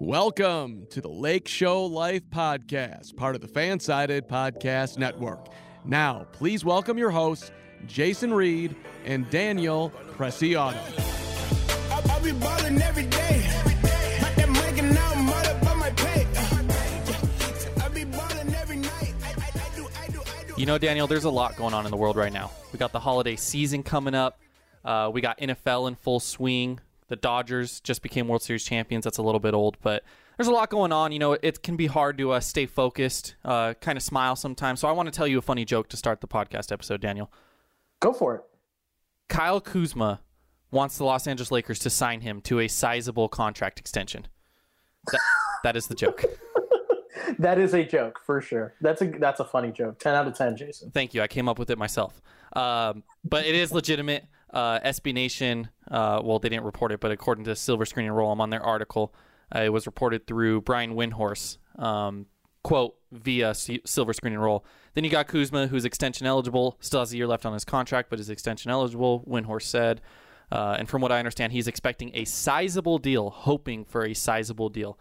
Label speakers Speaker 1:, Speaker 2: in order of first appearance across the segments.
Speaker 1: Welcome to the Lake Show Life Podcast, part of the Fansided Podcast Network. Now, please welcome your hosts, Jason Reed and Daniel Preciado.
Speaker 2: I, I be ballin' every day. Got that mic and now I'm all up on my pay. I be ballin' every night. I, I, I do, I do, I do.
Speaker 3: You know, Daniel, there's a lot going on in the world right now. We got the holiday season coming up. Uh, we got NFL in full swing. The Dodgers just became World Series champions. That's a little bit old, but there's a lot going on. You know, it can be hard to uh, stay focused, uh, kind of smile sometimes. So I want to tell you a funny joke to start the podcast episode, Daniel.
Speaker 4: Go for it.
Speaker 3: Kyle Kuzma wants the Los Angeles Lakers to sign him to a sizable contract extension. That, that is the joke.
Speaker 4: That is a joke for sure. That's a that's a funny joke. Ten out of ten, Jason.
Speaker 3: Thank you. I came up with it myself. Um, but it is legitimate. Uh, SB Nation, uh, well, they didn't report it, but according to Silver Screen and Roll, I'm on their article. Uh, it was reported through Brian Windhorse, um, quote, via C- Silver Screen and Roll. Then you got Kuzma, who's extension eligible, still has a year left on his contract, but is extension eligible, Windhorse said. Uh, and from what I understand, he's expecting a sizable deal, hoping for a sizable deal.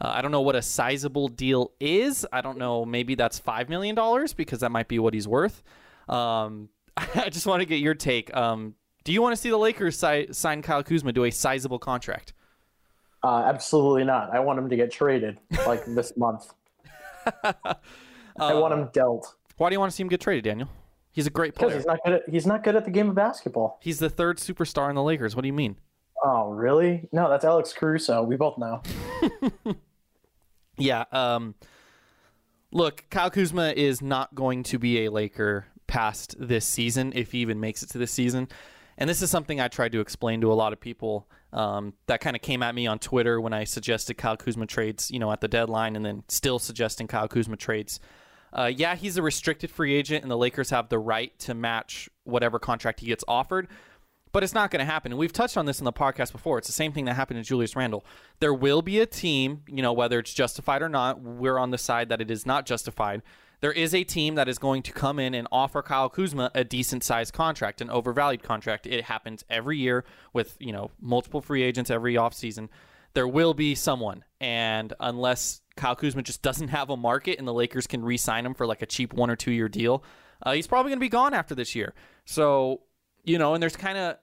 Speaker 3: Uh, I don't know what a sizable deal is. I don't know. Maybe that's five million dollars because that might be what he's worth. Um, I just want to get your take. Um, do you want to see the Lakers si- sign Kyle Kuzma to a sizable contract?
Speaker 4: Uh, absolutely not. I want him to get traded like this month. I want
Speaker 3: Um,
Speaker 4: him dealt
Speaker 3: Why do you want to see him get traded, Daniel? He's a great
Speaker 4: because
Speaker 3: player.
Speaker 4: he's not good. At, he's not good at the game of basketball.
Speaker 3: He's the third superstar in the Lakers. What do you mean?
Speaker 4: Oh, really? No, that's Alex Caruso. We both know.
Speaker 3: Yeah. Um, look, Kyle Kuzma is not going to be a Laker past this season, if he even makes it to this season. And this is something I tried to explain to a lot of people um, that kind of came at me on Twitter when I suggested Kyle Kuzma trades, you know, at the deadline, and then still suggesting Kyle Kuzma trades. Uh, yeah, he's a restricted free agent, and the Lakers have the right to match whatever contract he gets offered but it's not going to happen. And we've touched on this in the podcast before. It's the same thing that happened to Julius Randle. There will be a team, you know, whether it's justified or not, we're on the side that it is not justified. There is a team that is going to come in and offer Kyle Kuzma a decent sized contract, an overvalued contract. It happens every year with, you know, multiple free agents every offseason. There will be someone. And unless Kyle Kuzma just doesn't have a market and the Lakers can re sign him for like a cheap one or two year deal, uh, he's probably going to be gone after this year. So, you know, and there's kind of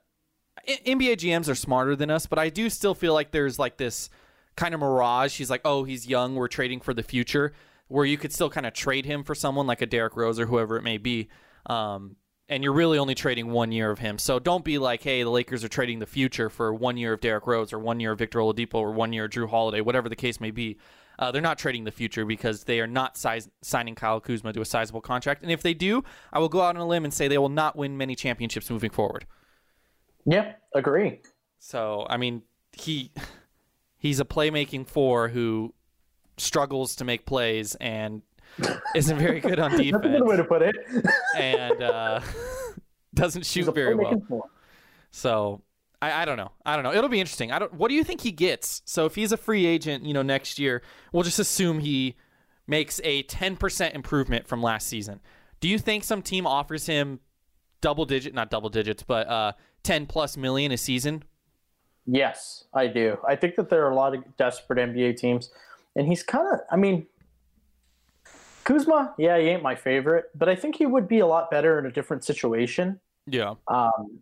Speaker 3: I- NBA GMs are smarter than us, but I do still feel like there's like this kind of mirage. He's like, oh, he's young. We're trading for the future, where you could still kind of trade him for someone like a Derrick Rose or whoever it may be. Um, and you're really only trading one year of him. So don't be like, hey, the Lakers are trading the future for one year of Derrick Rose or one year of Victor Oladipo or one year of Drew Holiday, whatever the case may be. Uh, they're not trading the future because they are not size- signing Kyle Kuzma to a sizable contract. And if they do, I will go out on a limb and say they will not win many championships moving forward.
Speaker 4: Yeah, agree.
Speaker 3: So I mean, he he's a playmaking four who struggles to make plays and isn't very good on
Speaker 4: That's a good
Speaker 3: defense
Speaker 4: way to put it.
Speaker 3: and uh, doesn't
Speaker 4: He's
Speaker 3: shoot
Speaker 4: a
Speaker 3: very well.
Speaker 4: playmaking four.
Speaker 3: So I, I don't know. I don't know. It'll be interesting. I don't. What do you think he gets? So if he's a free agent, you know, next year, we'll just assume he makes a ten percent improvement from last season. Do you think some team offers him double digit, not double digits, but uh, ten plus million a season?
Speaker 4: Yes, I do. I think that there are a lot of desperate NBA teams, and he's kind of. I mean, Kuzma. Yeah, he ain't my favorite, but I think he would be a lot better in a different situation.
Speaker 3: Yeah.
Speaker 4: Um,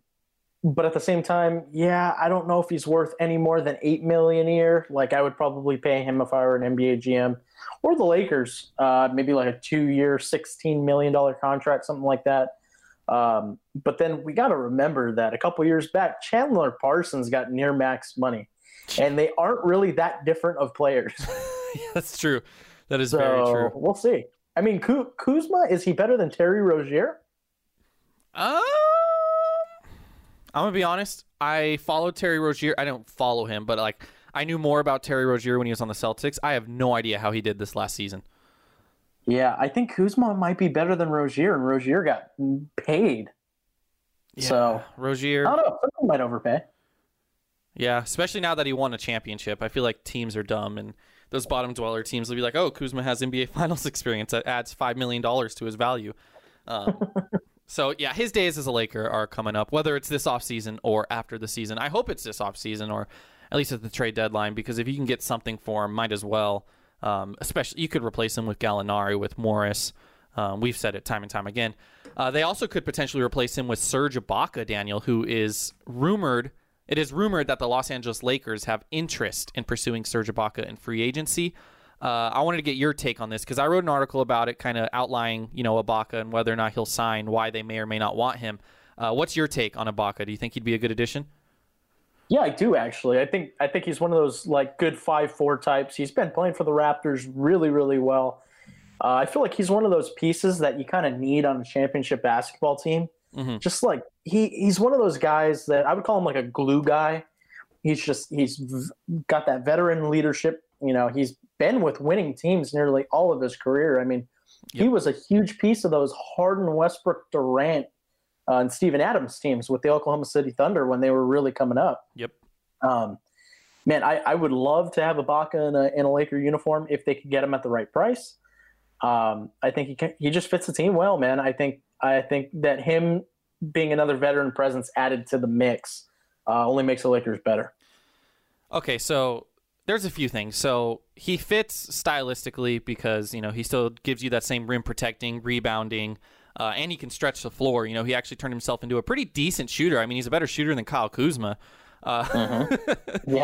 Speaker 4: but at the same time, yeah, I don't know if he's worth any more than eight million a year. Like I would probably pay him if I were an NBA GM or the Lakers, uh, maybe like a two-year, sixteen million dollar contract, something like that. Um, but then we got to remember that a couple years back, Chandler Parsons got near max money, and they aren't really that different of players.
Speaker 3: That's true. That is very
Speaker 4: So
Speaker 3: true.
Speaker 4: we'll see. I mean, Ku- Kuzma is he better than Terry Rozier?
Speaker 3: Um, I'm gonna be honest. I followed Terry Rozier. I don't follow him, but like I knew more about Terry Rozier when he was on the Celtics. I have no idea how he did this last season.
Speaker 4: Yeah, I think Kuzma might be better than Rozier, and Rozier got paid. So I
Speaker 3: Rozier,
Speaker 4: don't know. Some people might overpay.
Speaker 3: yeah, especially now that he won a championship, I feel like teams are dumb and those bottom dweller teams will be like, "Oh, Kuzma has NBA Finals experience. That adds five million dollars to his value." Um, so yeah, his days as a Laker are coming up, whether it's this offseason or after the season. I hope it's this offseason or at least at the trade deadline, because if you can get something for him, might as well. Um, especially, you could replace him with Gallinari, with Morris. Um, we've said it time and time again. Uh, they also could potentially replace him with Serge Ibaka, Daniel, who is rumored. It is rumored that the Los Angeles Lakers have interest in pursuing Serge Ibaka in free agency. Uh, I wanted to get your take on this because I wrote an article about it, kind of outlining, you know, Ibaka and whether or not he'll sign, why they may or may not want him. Uh, what's your take on Ibaka? Do you think he'd be a good addition?
Speaker 4: Yeah, I do actually. I think I think he's one of those like good five four types. He's been playing for the Raptors really really well. Uh, I feel like he's one of those pieces that you kind of need on a championship basketball team.
Speaker 3: Mhm.
Speaker 4: Just like he he's one of those guys that I would call him like a glue guy. He's just he's v- got that veteran leadership. You know, he's been with winning teams nearly all of his career. I mean, he was a huge piece of those Harden, Westbrook, Durant, uh, and Steven Adams teams with the Oklahoma City Thunder when they were really coming up.
Speaker 3: Yep.
Speaker 4: Um, man, I, I would love to have Ibaka in a, in a Laker uniform if they could get him at the right price. Um, I think he can, he just fits the team well, man. I think I think that him being another veteran presence added to the mix uh, only makes the Lakers better.
Speaker 3: Okay, so there's a few things. So he fits stylistically because you know he still gives you that same rim protecting, rebounding, uh, and he can stretch the floor. You know he actually turned himself into a pretty decent shooter. I mean he's a better shooter than Kyle Kuzma. Uh,
Speaker 4: Yeah,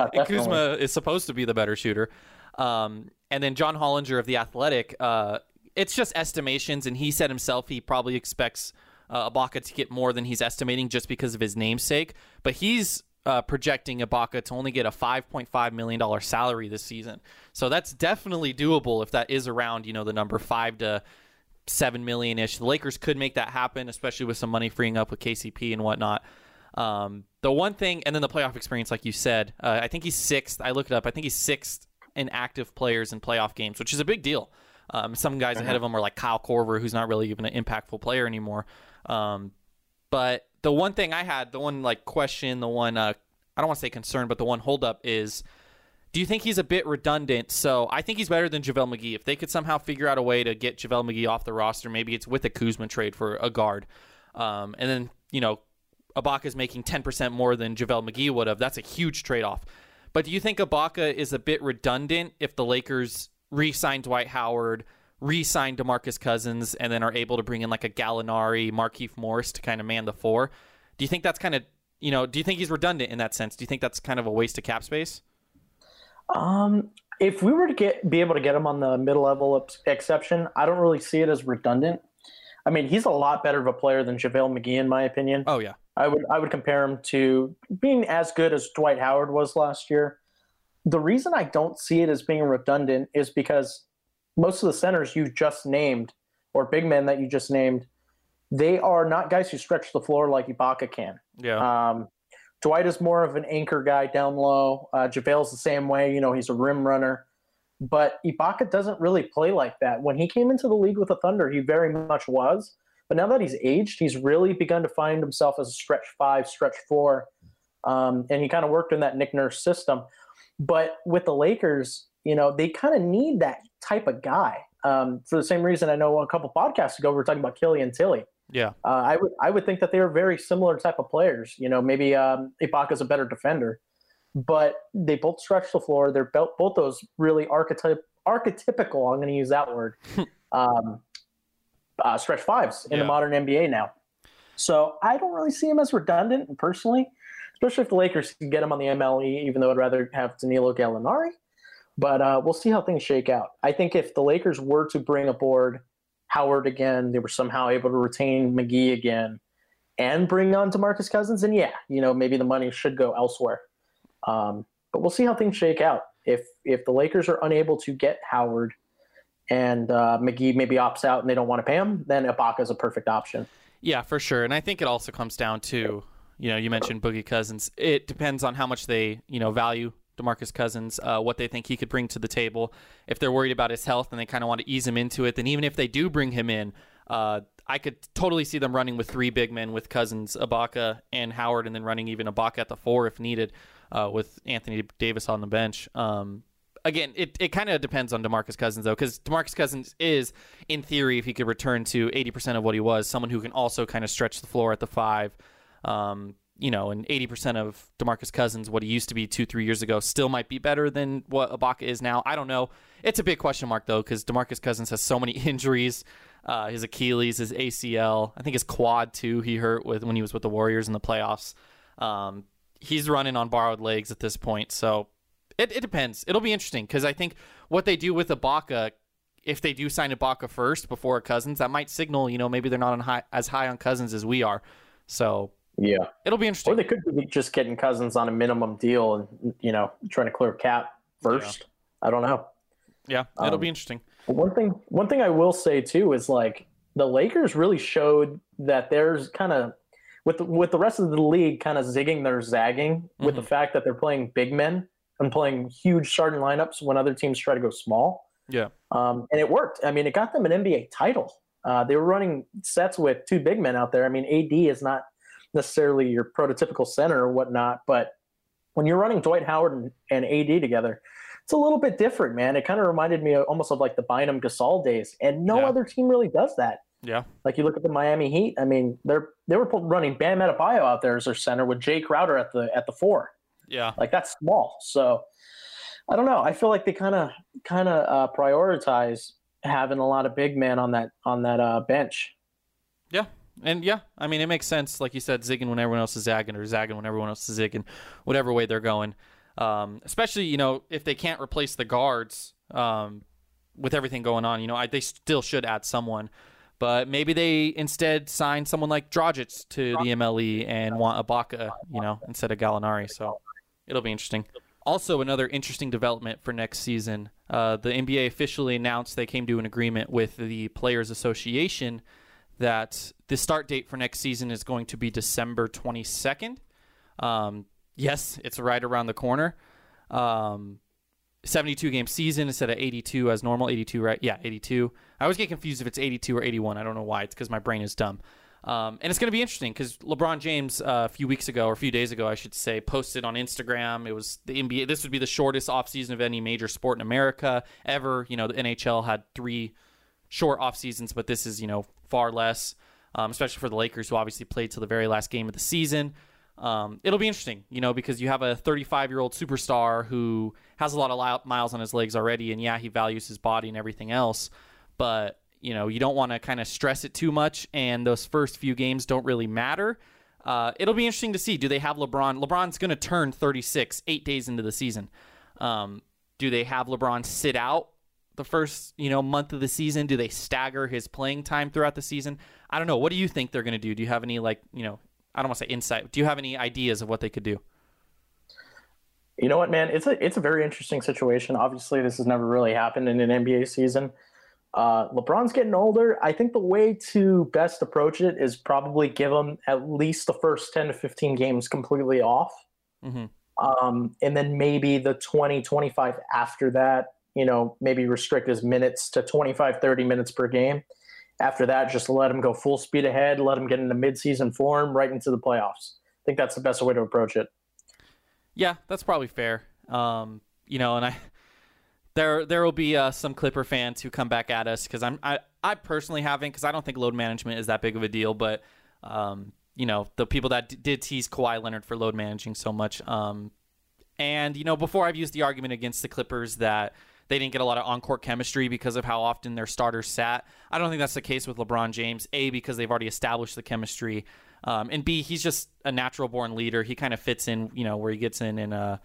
Speaker 3: and
Speaker 4: definitely.
Speaker 3: Kuzma is supposed to be the better shooter. Um, and then John Hollinger of the Athletic. Uh, it's just estimations, and he said himself he probably expects uh, Ibaka to get more than he's estimating just because of his namesake. But he's uh, projecting Ibaka to only get a 5.5 million dollar salary this season. So that's definitely doable if that is around you know the number five to seven million ish. The Lakers could make that happen, especially with some money freeing up with KCP and whatnot. Um, the one thing, and then the playoff experience, like you said, uh, I think he's sixth. I looked it up. I think he's sixth in active players in playoff games, which is a big deal. Um, some guys ahead of him are like Kyle Korver, who's not really even an impactful player anymore. Um, but the one thing I had, the one like question, the one uh, I don't want to say concern, but the one holdup is do you think he's a bit redundant? So I think he's better than JaVale McGee. If they could somehow figure out a way to get JaVale McGee off the roster, maybe it's with a Kuzma trade for a guard. Um, and then, you know, Ibaka's making 10% more than JaVale McGee would have. That's a huge trade-off. But do you think Ibaka is a bit redundant if the Lakers re-sign Dwight Howard, re-sign DeMarcus Cousins, and then are able to bring in like a Gallinari, Markeith Morris to kind of man the four? Do you think that's kind of, you know, do you think he's redundant in that sense? Do you think that's kind of a waste of cap space?
Speaker 4: Um, if we were to get be able to get him on the middle level ex- exception, I don't really see it as redundant. I mean, he's a lot better of a player than JaVale McGee, in my opinion.
Speaker 3: Oh, yeah.
Speaker 4: I would I would compare him to being as good as Dwight Howard was last year. The reason I don't see it as being redundant is because most of the centers you just named or big men that you just named, they are not guys who stretch the floor like Ibaka can.
Speaker 3: Yeah.
Speaker 4: Um, Dwight is more of an anchor guy down low. Uh, JaVale's the same way. You know, he's a rim runner. But Ibaka doesn't really play like that. When he came into the league with the Thunder, he very much was. But now that he's aged, he's really begun to find himself as a stretch five, stretch four. Um, and he kind of worked in that Nick Nurse system. But with the Lakers, you know, they kind of need that type of guy. Um, for the same reason, I know a couple podcasts ago we were talking about Killian Tilly.
Speaker 3: yeah.
Speaker 4: Uh, I would I would think that they are very similar type of players. You know, maybe um, Ibaka's a better defender, but they both stretch the floor. They're both both those really archetype archetypical. I'm going to use that word. um, uh, stretch fives in
Speaker 3: Yeah.
Speaker 4: the modern NBA now. So I don't really see him as redundant personally, especially if the Lakers can get him on the MLE. Even though I'd rather have Danilo Gallinari, but uh, we'll see how things shake out. I think if the Lakers were to bring aboard Howard again, they were somehow able to retain McGee again and bring on DeMarcus Cousins, and yeah, you know maybe the money should go elsewhere. Um, but we'll see how things shake out. If if the Lakers are unable to get Howard and uh, McGee maybe opts out and they don't want to pay him, then Ibaka is a perfect option.
Speaker 3: Yeah, for sure. And I think it also comes down to, you know, you mentioned Boogie Cousins. It depends on how much they, you know, value DeMarcus Cousins, uh, what they think he could bring to the table. If they're worried about his health and they kind of want to ease him into it, then even if they do bring him in, uh, I could totally see them running with three big men with Cousins, Ibaka, and Howard, and then running even Ibaka at the four if needed, uh, with Anthony Davis on the bench. Um, again, it, it kind of depends on Demarcus Cousins though, because Demarcus Cousins is, in theory, if he could return to eighty percent of what he was, someone who can also kind of stretch the floor at the five, um, you know, and 80% of DeMarcus Cousins, what he used to be two, three years ago, still might be better than what Ibaka is now. I don't know. It's a big question mark, though, because DeMarcus Cousins has so many injuries uh, his Achilles, his ACL, I think his quad, too, he hurt with when he was with the Warriors in the playoffs. Um, he's running on borrowed legs at this point. So it, it depends. It'll be interesting because I think what they do with Ibaka, if they do sign Ibaka first before Cousins, that might signal, you know, maybe they're not on high, as high on Cousins as we are. So
Speaker 4: Yeah.
Speaker 3: it'll be
Speaker 4: Or
Speaker 3: interesting.
Speaker 4: they could be just getting Cousins on a minimum deal and you know trying to clear cap first. I don't know.
Speaker 3: yeah, it'll
Speaker 4: um,
Speaker 3: be interesting.
Speaker 4: But one thing, one thing I will say too is like the Lakers really showed that there's kind of with the, with the rest of the league kind of zigging their zagging with
Speaker 3: Mm-hmm.
Speaker 4: the fact that they're playing big men and playing huge starting lineups when other teams try to go small.
Speaker 3: Yeah.
Speaker 4: Um, and it worked. I mean, it got them an NBA title. Uh, they were running sets with two big men out there. I mean, AD is not necessarily your prototypical center or whatnot, but when you're running Dwight Howard and, and AD together, it's a little bit different, man. It kind of reminded me of, almost of like the Bynum Gasol days, and no
Speaker 3: Yeah.
Speaker 4: other team really does that.
Speaker 3: Yeah.
Speaker 4: Like you look at the Miami Heat. I mean, they're they were pu- running Bam Adebayo out there as their center with Jay Crowder at the at the four.
Speaker 3: Yeah.
Speaker 4: Like that's small. So I don't know. I feel like they kind of kind of uh, prioritize having a lot of big men on that on that uh, bench.
Speaker 3: Yeah. And yeah, I mean, it makes sense. Like you said, zigging when everyone else is zagging or zagging when everyone else is zigging, whatever way they're going. Um, especially, you know, if they can't replace the guards um, with everything going on, you know, I, they still should add someone. But maybe they instead sign someone like Drogic to the MLE and want Ibaka, you know, instead of Gallinari. So it'll be interesting. Also, another interesting development for next season. Uh, the NBA officially announced they came to an agreement with the Players Association that the start date for next season is going to be December 22nd. Um, yes, it's right around the corner. Um, 72 game season instead of 82 as normal. 82, right? Yeah, 82. I always get confused if it's 82 or 81. I don't know why. It's because my brain is dumb. Um, and it's going to be interesting because LeBron James uh, a few weeks ago, or a few days ago, I should say, posted on Instagram. It was the NBA. This would be the shortest offseason of any major sport in America ever. You know, the NHL had three short off seasons, but this is you know far less, um, especially for the Lakers who obviously played till the very last game of the season. Um, it'll be interesting, you know, because you have a 35 year old superstar who has a lot of li- miles on his legs already, and yeah, he values his body and everything else, but you know you don't want to kind of stress it too much, and those first few games don't really matter. Uh, it'll be interesting to see. Do they have LeBron? LeBron's going to turn 36 eight days into the season. Um, do they have LeBron sit out the first you know month of the season? Do they stagger his playing time throughout the season? I don't know. What do you think they're going to do? Do you have any like you know I don't want to say insight. Do you have any ideas of what they could do?
Speaker 4: You know what, man? It's a it's a very interesting situation. Obviously, this has never really happened in an NBA season. Uh, LeBron's getting older. I think the way to best approach it is probably give him at least the first ten to fifteen games completely off,
Speaker 3: Mm-hmm.
Speaker 4: um, and then maybe the 20, 25 after that. You know, maybe restrict his minutes to 25, 30 minutes per game. After that, just let him go full speed ahead. Let him get into midseason form, right into the playoffs. I think that's the best way to approach it.
Speaker 3: Yeah, that's probably fair. Um, you know, and I there there will be uh, some Clipper fans who come back at us because I'm I, I personally haven't because I don't think load management is that big of a deal, but um, you know the people that d- did tease Kawhi Leonard for load managing so much. Um, and you know before I've used the argument against the Clippers that they didn't get a lot of on-court chemistry because of how often their starters sat. I don't think that's the case with LeBron James. A because they've already established the chemistry, um, and B he's just a natural-born leader. He kind of fits in, you know, where he gets in and uh,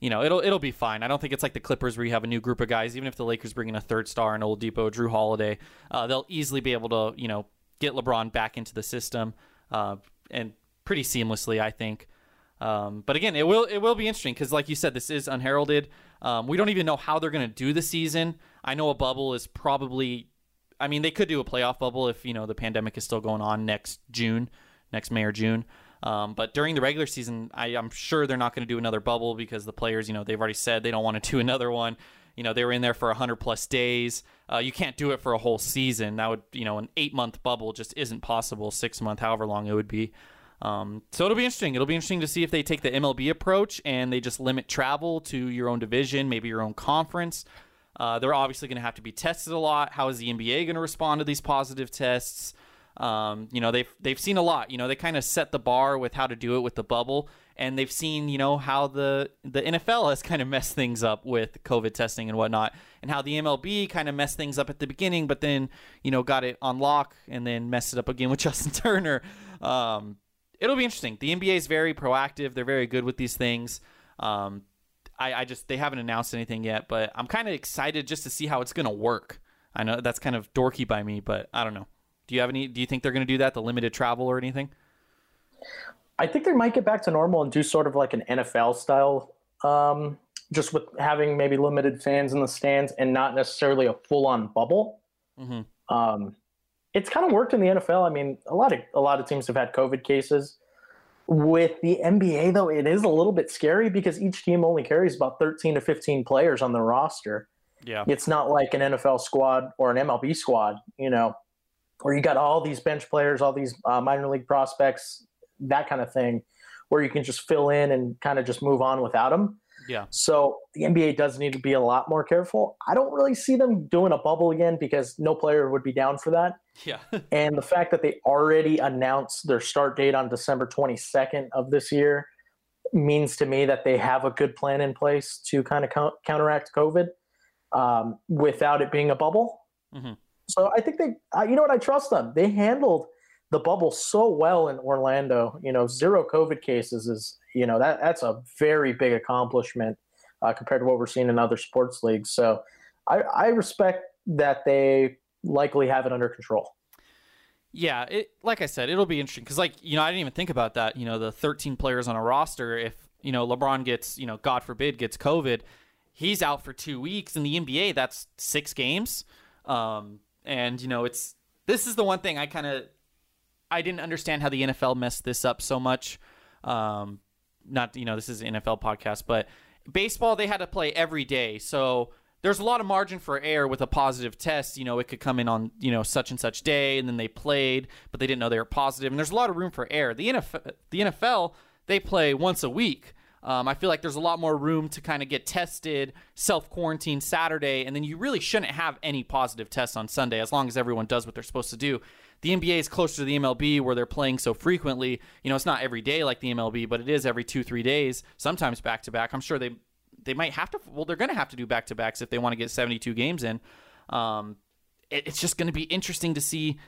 Speaker 3: you know, it'll it'll be fine. I don't think it's like the Clippers where you have a new group of guys. Even if the Lakers bring in a third star and Old Depot, Drew Holiday, uh, they'll easily be able to you know get LeBron back into the system uh, and pretty seamlessly, I think. Um, but again, it will it will be interesting because, like you said, this is unheralded. Um, we don't even know how they're going to do the season. I know a bubble is probably. I mean, they could do a playoff bubble if you know the pandemic is still going on next June, next May or June. Um, but during the regular season, I, I'm sure they're not going to do another bubble because the players, you know, they've already said they don't want to do another one. You know, they were in there for 100 plus days. Uh, you can't do it for a whole season. That would, you know, an eight month bubble just isn't possible, six month, however long it would be. Um, so it'll be interesting. It'll be interesting to see if they take the MLB approach and they just limit travel to your own division, maybe your own conference. Uh, they're obviously going to have to be tested a lot. How is the NBA going to respond to these positive tests? Um, you know, they've they've seen a lot. You know, they kind of set the bar with how to do it with the bubble, and they've seen you know how the the NFL has kind of messed things up with COVID testing and whatnot, and how the MLB kind of messed things up at the beginning, but then you know got it on lock and then messed it up again with Justin Turner. Um, it'll be interesting. The NBA is very proactive. They're very good with these things. Um, I, I just they haven't announced anything yet, but I'm kind of excited just to see how it's going to work. I know that's kind of dorky by me, but I don't know. Do you have any? Do you think they're going to do that? The limited travel or anything?
Speaker 4: I think they might get back to normal and do sort of like an NFL style, um, just with having maybe limited fans in the stands and not necessarily a full on bubble.
Speaker 3: Mhm.
Speaker 4: Um, it's kind of worked in the NFL. I mean, a lot of a lot of teams have had COVID cases. With the NBA, though, it is a little bit scary because each team only carries about 13 to 15 players on their roster.
Speaker 3: Yeah.
Speaker 4: It's not like an NFL squad or an MLB squad, you know, where you got all these bench players, all these uh, minor league prospects, that kind of thing, where you can just fill in and kind of just move on without them.
Speaker 3: Yeah.
Speaker 4: So the NBA does need to be a lot more careful. I don't really see them doing a bubble again because no player would be down for that.
Speaker 3: Yeah.
Speaker 4: And the fact that they already announced their start date on December 22nd of this year means to me that they have a good plan in place to kind of count- counteract COVID um, without it being a bubble.
Speaker 3: Mhm.
Speaker 4: So I think they, uh, you know what, I trust them. They handled the bubble so well in Orlando. You know, zero COVID cases is, you know, that that's a very big accomplishment uh, compared to what we're seeing in other sports leagues. So I, I respect that they likely have it under control.
Speaker 3: Yeah, it like I said, it'll be interesting because like you know I didn't even think about that. You know the 13 players on a roster. If you know LeBron gets you know God forbid gets COVID, he's out for two weeks. In the NBA, that's six games. Um, and you know it's this is the one thing I kind of I didn't understand how the NFL messed this up so much. Um, not you know this is an NFL podcast, but baseball they had to play every day, so there's a lot of margin for error with a positive test. You know, it could come in on you know such and such day, and then they played, but they didn't know they were positive, and there's a lot of room for error. The NFL, the NFL they play once a week. Um, I feel like there's a lot more room to kind of get tested, self quarantine Saturday, and then you really shouldn't have any positive tests on Sunday as long as everyone does what they're supposed to do. The NBA is closer to the MLB where they're playing so frequently. You know, it's not every day like the MLB, but it is every two, three days, sometimes back to back. I'm sure they they might have to. Well, they're going to have to do back to backs if they want to get 72 games in. Um, it, it's just going to be interesting to see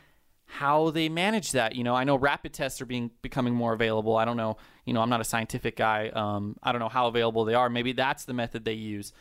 Speaker 3: how they manage that. You know, I know rapid tests are being becoming more available. I don't know. You know, I'm not a scientific guy. Um, I don't know how available they are. Maybe that's the method they use.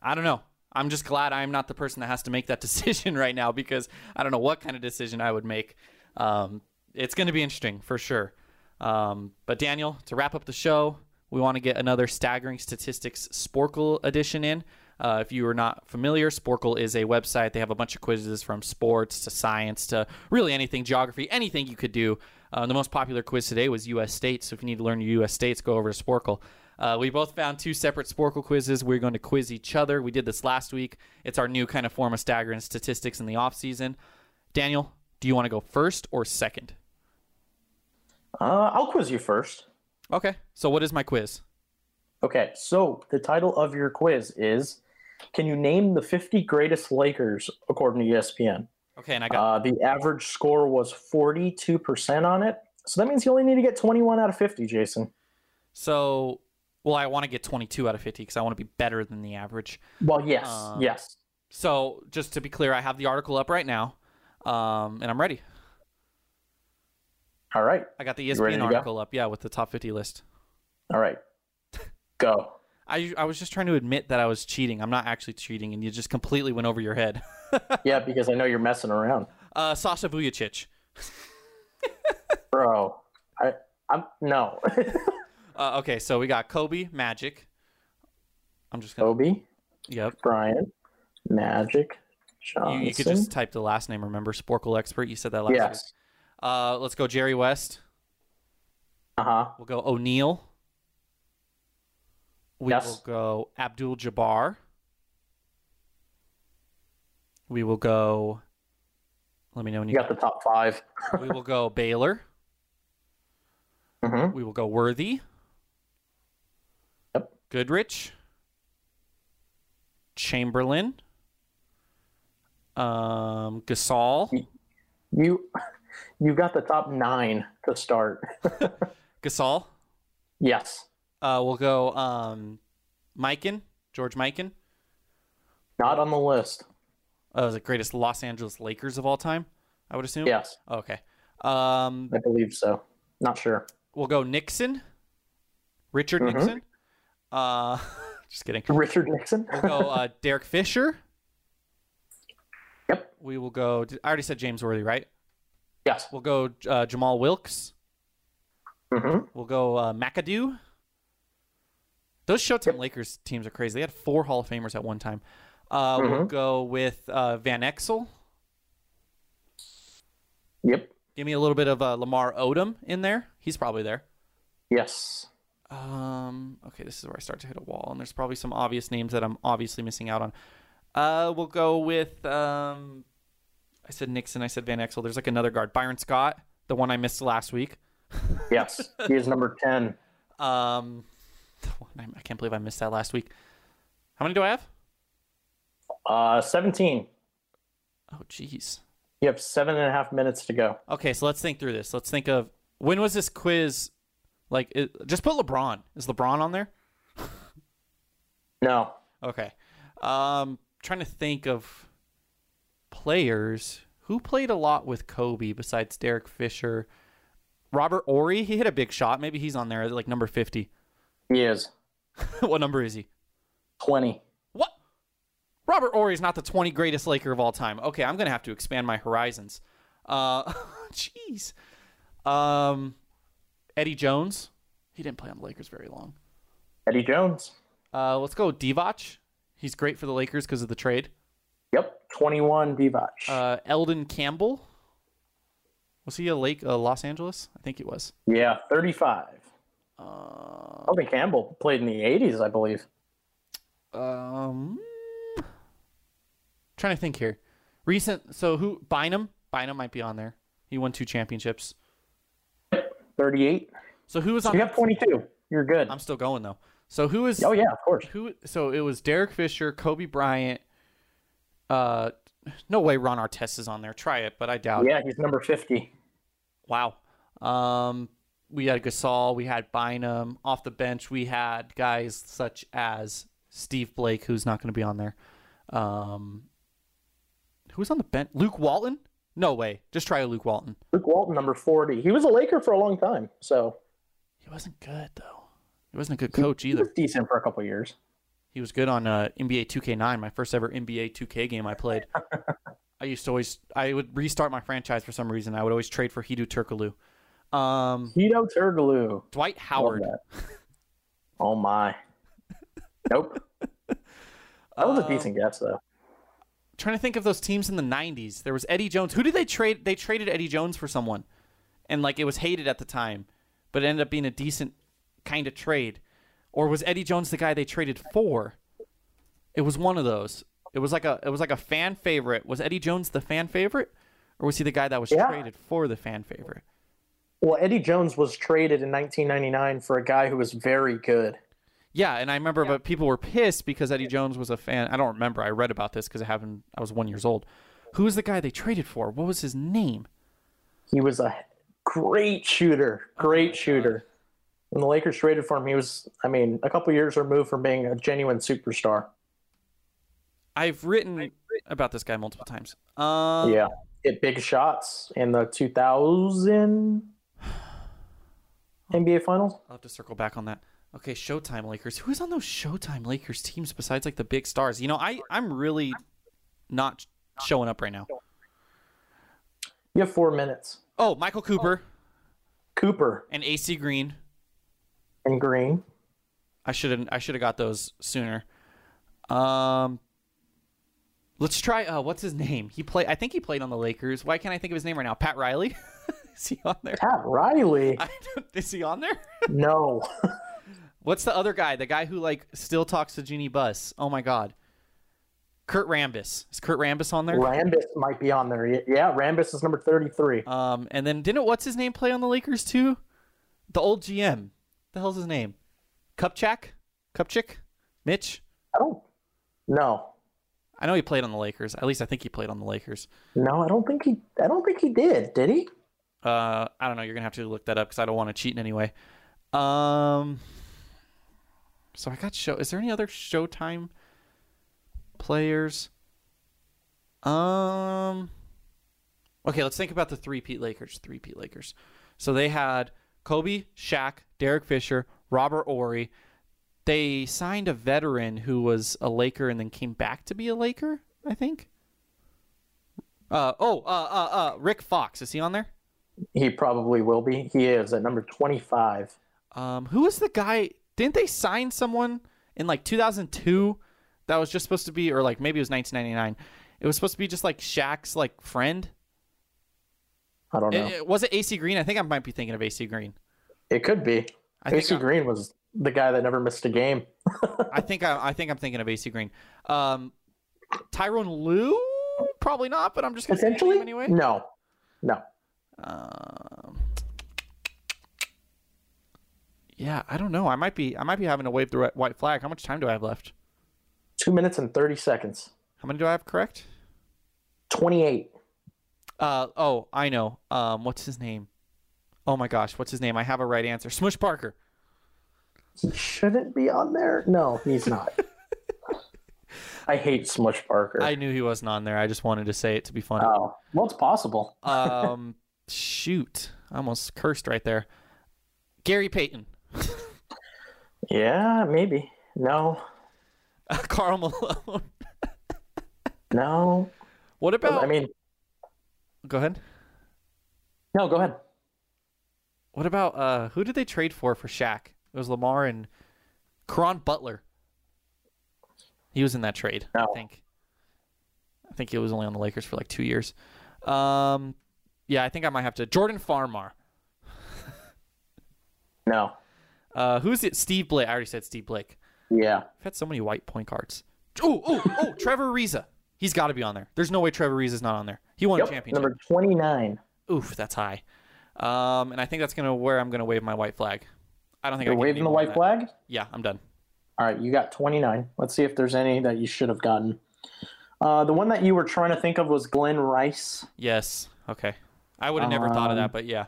Speaker 3: I don't know. I'm just glad I'm not the person that has to make that decision right now because I don't know what kind of decision I would make. Um, it's going to be interesting for sure. Um, but Daniel, to wrap up the show, we want to get another staggering statistics Sporkle edition in. Uh, if you are not familiar, Sporkle is a website. They have a bunch of quizzes from sports to science to really anything, geography, anything you could do. Uh, the most popular quiz today was U.S. states. So if you need to learn your U.S. states, go over to Sporkle. Uh, we both found two separate Sporkle quizzes. We're going to quiz each other. We did this last week. It's our new kind of form of staggering statistics in the off season. Daniel, do you want to go first or second?
Speaker 4: Uh, I'll quiz you first.
Speaker 3: Okay. So what is my quiz?
Speaker 4: Okay, so the title of your quiz is Can you name the 50 greatest Lakers according to E ESPN?
Speaker 3: Okay, and I got
Speaker 4: Uh, the average score was 42% on it. So that means you only need to get 21 out of 50, Jason.
Speaker 3: so. Well, I want to get 22 out of 50 because I want to be better than the average.
Speaker 4: Well, yes,
Speaker 3: Uh,
Speaker 4: yes.
Speaker 3: So just to be clear, I have the article up right now, um, and I'm ready.
Speaker 4: All right,
Speaker 3: I got the E
Speaker 4: ready
Speaker 3: ESPN
Speaker 4: to go?
Speaker 3: article up, yeah, with the top 50 list.
Speaker 4: all right. Go.
Speaker 3: I, I was just trying to admit that I was cheating. I'm not actually cheating, and you just completely went over your head.
Speaker 4: Yeah, because I know you're messing around.
Speaker 3: Uh, Sasha Vujacic.
Speaker 4: Bro, I, I'm no.
Speaker 3: Uh, okay, so we got Kobe, Magic. I'm just gonna.
Speaker 4: Kobe,
Speaker 3: Yep.
Speaker 4: Brian, Magic,
Speaker 3: You,
Speaker 4: Johnson.
Speaker 3: you could just type the last name. Remember, Sporkle expert. You said that last.
Speaker 4: yes.
Speaker 3: Week. Uh, let's go Jerry West.
Speaker 4: Uh huh.
Speaker 3: We'll go O'Neal. We
Speaker 4: Yes.
Speaker 3: will go Abdul Jabbar. We will go. Let me know when you
Speaker 4: You got the top five.
Speaker 3: got. We will go Baylor.
Speaker 4: Mm-hmm.
Speaker 3: We will go Worthy.
Speaker 4: Yep.
Speaker 3: Goodrich.
Speaker 4: Mm.
Speaker 3: Chamberlain. Um, Gasol.
Speaker 4: You you got the top nine to start.
Speaker 3: Gasol.
Speaker 4: Yes,
Speaker 3: Uh, we'll go um, Mikan, George Mikan,
Speaker 4: not on the list.
Speaker 3: uh, the greatest Los Angeles Lakers of all time, I would assume.
Speaker 4: Yes,
Speaker 3: Okay. Um,
Speaker 4: I believe so. Not sure.
Speaker 3: we'll go Nixon, Richard
Speaker 4: Mhm.
Speaker 3: Nixon. Uh, just kidding.
Speaker 4: Richard Nixon.
Speaker 3: We'll go uh, Derek Fisher.
Speaker 4: Yep.
Speaker 3: We will go. I already said James Worthy, right?
Speaker 4: yes.
Speaker 3: We'll go uh, Jamal Wilkes.
Speaker 4: hmm
Speaker 3: We'll go uh, McAdoo. Those Showtime Lakers teams are crazy. They had four Hall of Famers at one time. Uh, We'll go with uh, Van Exel.
Speaker 4: Yep.
Speaker 3: Give me a little bit of uh, Lamar Odom in there. He's probably there.
Speaker 4: Yes.
Speaker 3: Um, okay, this is where I start to hit a wall, and there's probably some obvious names that I'm obviously missing out on. Uh, we'll go with um, I said Nixon, I said Van Exel. There's like another guard, Byron Scott, the one I missed last week.
Speaker 4: Yes. he is number ten.
Speaker 3: Um, the one I, I can't believe I missed that last week. How many do I have?
Speaker 4: Uh, seventeen.
Speaker 3: Oh, jeez.
Speaker 4: You have seven and a half minutes to go.
Speaker 3: Okay, so let's think through this. Let's think of when was this quiz? Like, it, just put LeBron. Is LeBron on there?
Speaker 4: No.
Speaker 3: Okay. Um, trying to think of players who played a lot with Kobe besides Derek Fisher. Robert Ory, he hit a big shot. Maybe he's on there, like number fifty.
Speaker 4: He is
Speaker 3: what number is he?
Speaker 4: twenty.
Speaker 3: What? Robert Ory is not the 20 greatest Laker of all time. Okay, I'm going to have to expand my horizons. Uh, jeez. Um, Eddie Jones. He didn't play on the Lakers very long.
Speaker 4: Eddie Jones.
Speaker 3: Uh, let's go Divac. He's great for the Lakers because of the trade.
Speaker 4: Yep. Twenty-one. Divac.
Speaker 3: Uh, Eldon Campbell. Was he a Lake uh, Los Angeles? I think he was.
Speaker 4: yeah. Thirty-five. Uh, Elvin Campbell played in the '80s, I believe.
Speaker 3: Um, trying to think here. Recent. So who? Bynum. Bynum might be on there. He won two championships.
Speaker 4: Thirty-eight.
Speaker 3: So who was on?
Speaker 4: You have twenty-two. You're good.
Speaker 3: I'm still going though. So who is
Speaker 4: Oh yeah, of course.
Speaker 3: who so it was Derek Fisher, Kobe Bryant, uh no way Ron Artest is on there. Try it, but I doubt it.
Speaker 4: Yeah, he's number fifty.
Speaker 3: Wow. Um we had Gasol, we had Bynum off the bench, we had guys such as Steve Blake, who's not gonna be on there. Um who's on the bench? Luke Walton? No way. Just try Luke Walton.
Speaker 4: Luke Walton, number forty. He was a Laker for a long time, so
Speaker 3: He wasn't good though. He wasn't a good coach either.
Speaker 4: decent for a couple years.
Speaker 3: He was good on uh, NBA 2K9, my first ever NBA 2K game I played. I used to always, I would restart my franchise for some reason. I would always trade for Hidu Turkoglu. Um,
Speaker 4: Tito Turgulu.
Speaker 3: Dwight Howard.
Speaker 4: that. Oh my. Nope. That was a decent guess though.
Speaker 3: Trying to think of those teams in the 90s. There was Eddie Jones. Who did they trade? They traded Eddie Jones for someone. And like it was hated at the time, but it ended up being a decent kind of trade. Or was Eddie Jones the guy they traded for? It was one of those. It was like a it was like a fan favorite. Was Eddie Jones the fan favorite? Or was he the guy that was
Speaker 4: Yeah.
Speaker 3: traded for the fan favorite?
Speaker 4: Well, Eddie Jones was traded in 1999 for a guy who was very good.
Speaker 3: Yeah, and I remember, but people were pissed because Eddie Jones was a fan. I don't remember. I read about this because it happened. I was one years old. Who was the guy they traded for? What was his name?
Speaker 4: He was a great shooter, great shooter. When the Lakers traded for him, he was, I mean, a couple years removed from being a genuine superstar.
Speaker 3: I've written about this guy multiple times. Um,
Speaker 4: Yeah. Hit big shots in the 2000 NBA Finals.
Speaker 3: I'll have to circle back on that. Okay, Showtime Lakers. Who's on those Showtime Lakers teams besides like the big stars? You know, I I'm really not showing up right now.
Speaker 4: You have four minutes.
Speaker 3: Oh, Michael Cooper
Speaker 4: Cooper
Speaker 3: and AC Green.
Speaker 4: and Green.
Speaker 3: I should have I should have got those sooner. Um Let's try uh what's his name? He play I think he played on the Lakers. Why can't I think of his name right now? Pat Riley? is he on there?
Speaker 4: Pat Riley.
Speaker 3: I don't, is he on there?
Speaker 4: No.
Speaker 3: What's the other guy? The guy who like still talks to Jeannie Buss. Oh my god. Kurt Rambis. Is Kurt Rambis on there?
Speaker 4: Rambis might be on there. Yeah, Rambis is number 33.
Speaker 3: Um and then didn't what's his name play on the Lakers too? The old GM. The hell's his name? Kupchak? Kupchik? Mitch?
Speaker 4: I don't. No,
Speaker 3: I know he played on the Lakers. At least I think he played on the Lakers.
Speaker 4: no, I don't think he. I don't think he did. Did he?
Speaker 3: Uh, I don't know. You're gonna have to look that up because I don't want to cheat in any way. Um, so I got show. Is there any other Showtime players? Um, okay, let's think about the three Pete Lakers. Three Pete Lakers. So they had Kobe, Shaq, Derek Fisher, Robert Ory. They signed a veteran who was a Laker and then came back to be a Laker. I think. Uh, oh, uh, uh, uh, Rick Fox. Is he on there?
Speaker 4: He probably will be. He is at number 25.
Speaker 3: Um, who was the guy? Didn't they sign someone in like 2002 that was just supposed to be, or like maybe it was 1999? It was supposed to be just like Shaq's like friend.
Speaker 4: I don't know.
Speaker 3: It-
Speaker 4: It,
Speaker 3: it- was it AC Green? I think I might be thinking of AC Green.
Speaker 4: could be.
Speaker 3: I think
Speaker 4: AC
Speaker 3: I-
Speaker 4: Green was the guy that never missed a game.
Speaker 3: I think I, I think I'm thinking of AC Green. Um, Tyrone Lou, probably not, but I'm just gonna say his
Speaker 4: Potentially?
Speaker 3: name anyway.
Speaker 4: No. No.
Speaker 3: Um, yeah, I don't know. I might be I might be having to wave the red- white flag. How much time do I have left?
Speaker 4: Two minutes and 30 seconds.
Speaker 3: How many do I have correct?
Speaker 4: 28.
Speaker 3: Uh oh, I know. Um, what's his name? Oh my gosh, what's his name? I have a right answer. Smush Parker.
Speaker 4: He shouldn't be on there. No, he's not. I hate Smush Parker.
Speaker 3: I knew he wasn't on there. I just wanted to say it to be funny.
Speaker 4: oh, well, it's possible.
Speaker 3: Um, shoot, I almost cursed right there. Gary Payton,
Speaker 4: Yeah, maybe. No.
Speaker 3: Carl Malone.
Speaker 4: No.
Speaker 3: What about?
Speaker 4: I mean,
Speaker 3: go ahead.
Speaker 4: no, go ahead.
Speaker 3: What about uh? Who did they trade for for Shaq? It was Lamar and Karan Butler. He was in that trade,
Speaker 4: No.
Speaker 3: I think. I think he was only on the Lakers for like two years. Um, yeah, I think I might have to Jordan Farmar.
Speaker 4: No.
Speaker 3: Uh, who's it? Steve Blake. I already said Steve Blake.
Speaker 4: Yeah.
Speaker 3: I've had so many white point guards. Oh, oh, oh! Trevor Ariza. He's got to be on there. There's no way Trevor Ariza's not on there. He won a
Speaker 4: Yep,
Speaker 3: championship.
Speaker 4: number 29.
Speaker 3: Oof, that's high. Um, and I think that's gonna where I'm gonna wave my white flag. I don't think
Speaker 4: You're
Speaker 3: I can
Speaker 4: waving
Speaker 3: name
Speaker 4: the
Speaker 3: more than
Speaker 4: white
Speaker 3: that.
Speaker 4: flag?
Speaker 3: Yeah, I'm done.
Speaker 4: All right, you got 29. Let's see if there's any that you should have gotten. Uh, the one that you were trying to think of was Glenn Rice.
Speaker 3: Yes. Okay. I would have never thought
Speaker 4: Um,
Speaker 3: of that, but yeah.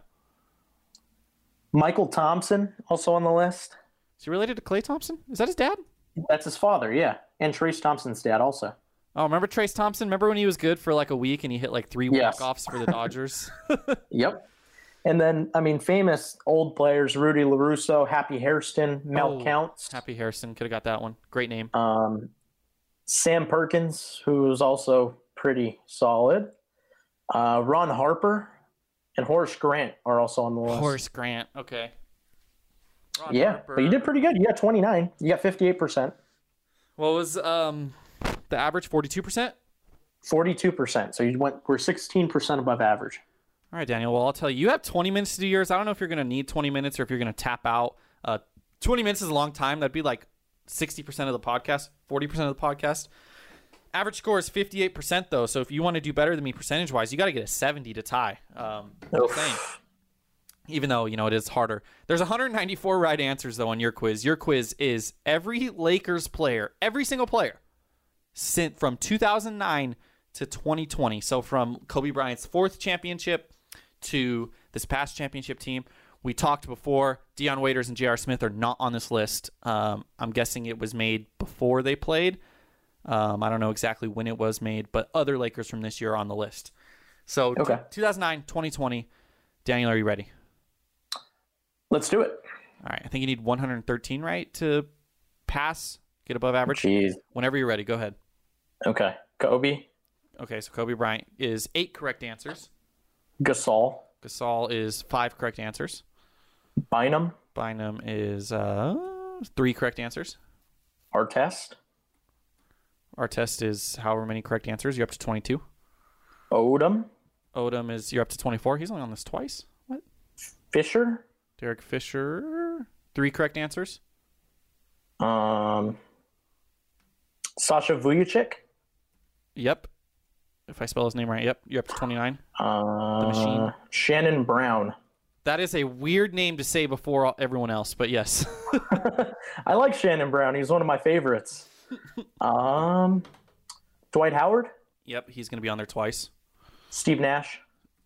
Speaker 4: Michael Thompson, also on the list.
Speaker 3: Is he related to Clay Thompson? Is that his dad?
Speaker 4: That's his father, yeah. And Trace Thompson's dad, also.
Speaker 3: Oh, remember Trace Thompson? Remember when he was good for like a week and he hit like three
Speaker 4: Yes.
Speaker 3: walk-offs for the Dodgers?
Speaker 4: Yep. And then, I mean, famous old players Rudy LaRusso, Happy Hairston, Mel
Speaker 3: Oh,
Speaker 4: Counts,
Speaker 3: Happy Harrison could have got that one. Great name.
Speaker 4: um, Sam Perkins, who was also pretty solid. Uh, Ron Harper and Horace Grant are also on the list.
Speaker 3: Horace Grant. Okay. Ron
Speaker 4: yeah,
Speaker 3: Harper.
Speaker 4: but you did pretty good. You got 29. You got 58%.
Speaker 3: What was um the average? Forty-two percent.
Speaker 4: 42%. So you went we're 16% above average.
Speaker 3: All right, Daniel. Well, I'll tell you, you have 20 minutes to do yours. I don't know if you're going to need 20 minutes or if you're going to tap out. Uh, 20 minutes is a long time. That'd be like 60% of the podcast, 40% of the podcast. Average score is 58%, though. So if you want to do better than me percentage wise, you got to get a 70 to tie. Um,
Speaker 4: Oof.
Speaker 3: same. Even though, you know, it is harder. There's 194 right answers, though, on your quiz. Your quiz is every Lakers player, every single player sent from 2009 to 2020. So from Kobe Bryant's fourth championship to this past championship team. We talked before. Deion Waiters and J.R. Smith are not on this list. Um, I'm guessing it was made before they played. Um, I don't know exactly when it was made, but other Lakers from this year are on the list. So t-
Speaker 4: Okay.
Speaker 3: 2009, 2020. Daniel, are you ready?
Speaker 4: Let's do it.
Speaker 3: All right. I think you need 113, right, to pass, get above average.
Speaker 4: Jeez.
Speaker 3: Whenever you're ready, go ahead.
Speaker 4: Okay. Kobe,
Speaker 3: Okay, so Kobe Bryant is eight correct answers.
Speaker 4: Gasol,
Speaker 3: Gasol is five correct answers.
Speaker 4: Bynum,
Speaker 3: Bynum is uh, three correct answers.
Speaker 4: Artest,
Speaker 3: Our test is however many correct answers. You're up to 22.
Speaker 4: Odom,
Speaker 3: Odom is, you're up to 24. He's only on this twice. What?
Speaker 4: Fisher,
Speaker 3: Derek Fisher, three correct answers.
Speaker 4: um, Sasha Vujacic,
Speaker 3: Yep. If I spell his name right, yep. You're up to 29.
Speaker 4: uh,
Speaker 3: Machine.
Speaker 4: Shannon Brown.
Speaker 3: That is a weird name to say before all, everyone else, but yes.
Speaker 4: I like Shannon Brown. He's one of my favorites. um, Dwight Howard,
Speaker 3: yep, he's going to be on there twice.
Speaker 4: Steve Nash,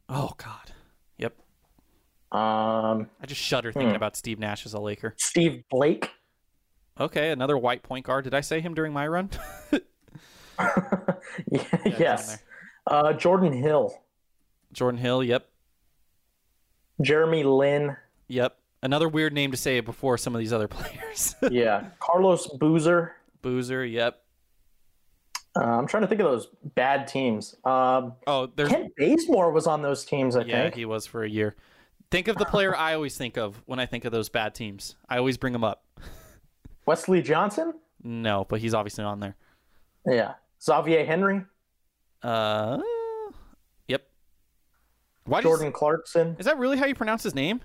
Speaker 3: Oh, God. Yep.
Speaker 4: Um,
Speaker 3: I just shudder thinking
Speaker 4: Hmm.
Speaker 3: about Steve Nash as a Laker.
Speaker 4: Steve Blake.
Speaker 3: Okay, another white point guard. Did I say him during my run?
Speaker 4: Yeah,
Speaker 3: he's on
Speaker 4: yes.
Speaker 3: there.
Speaker 4: Uh, Jordan Hill.
Speaker 3: Jordan Hill. Yep.
Speaker 4: Jeremy Lin.
Speaker 3: Yep. Another weird name to say before some of these other players.
Speaker 4: Yeah. Carlos Boozer.
Speaker 3: Boozer. Yep.
Speaker 4: Uh, I'm trying to think of those bad teams. Um,
Speaker 3: Oh, there's
Speaker 4: Kent Bazemore was on those teams, I
Speaker 3: yeah,
Speaker 4: think.
Speaker 3: he was for a year. Think of the player I always think of when I think of those bad teams. I always bring him up.
Speaker 4: Wesley Johnson.
Speaker 3: No, but he's obviously on there.
Speaker 4: Yeah. Xavier Henry.
Speaker 3: Uh, yep. Why does-
Speaker 4: Jordan Clarkson.
Speaker 3: is that really how you pronounce his name?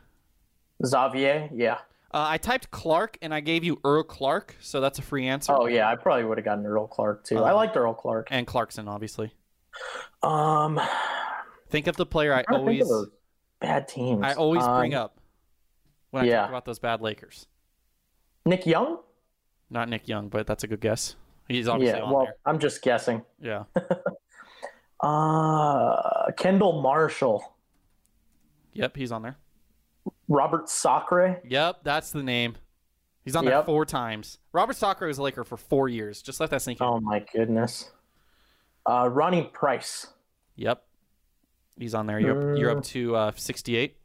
Speaker 4: Xavier. Yeah.
Speaker 3: Uh, I typed Clark and I gave you Earl Clark, so that's a free answer.
Speaker 4: Oh yeah, I probably would have gotten Earl Clark too. I liked Earl Clark.
Speaker 3: And Clarkson, obviously.
Speaker 4: Um, I
Speaker 3: Think of the player I
Speaker 4: don't think
Speaker 3: always
Speaker 4: of those bad teams.
Speaker 3: I always
Speaker 4: Um,
Speaker 3: bring up when I
Speaker 4: yeah.
Speaker 3: talk about those bad Lakers.
Speaker 4: Nick Young.
Speaker 3: Not Nick Young, but that's a good guess. He's obviously
Speaker 4: yeah.
Speaker 3: on
Speaker 4: Well, I'm just guessing.
Speaker 3: there. Yeah.
Speaker 4: Uh, Kendall Marshall.
Speaker 3: yep, he's on there.
Speaker 4: Robert Sacre.
Speaker 3: Yep, that's the name. He's on there
Speaker 4: Yep.
Speaker 3: four times. Robert Sacre was a Laker for four years. Just let that sink in.
Speaker 4: Oh my goodness. Uh, Ronnie Price.
Speaker 3: Yep. He's on there. You're, up, you're up to uh, 68.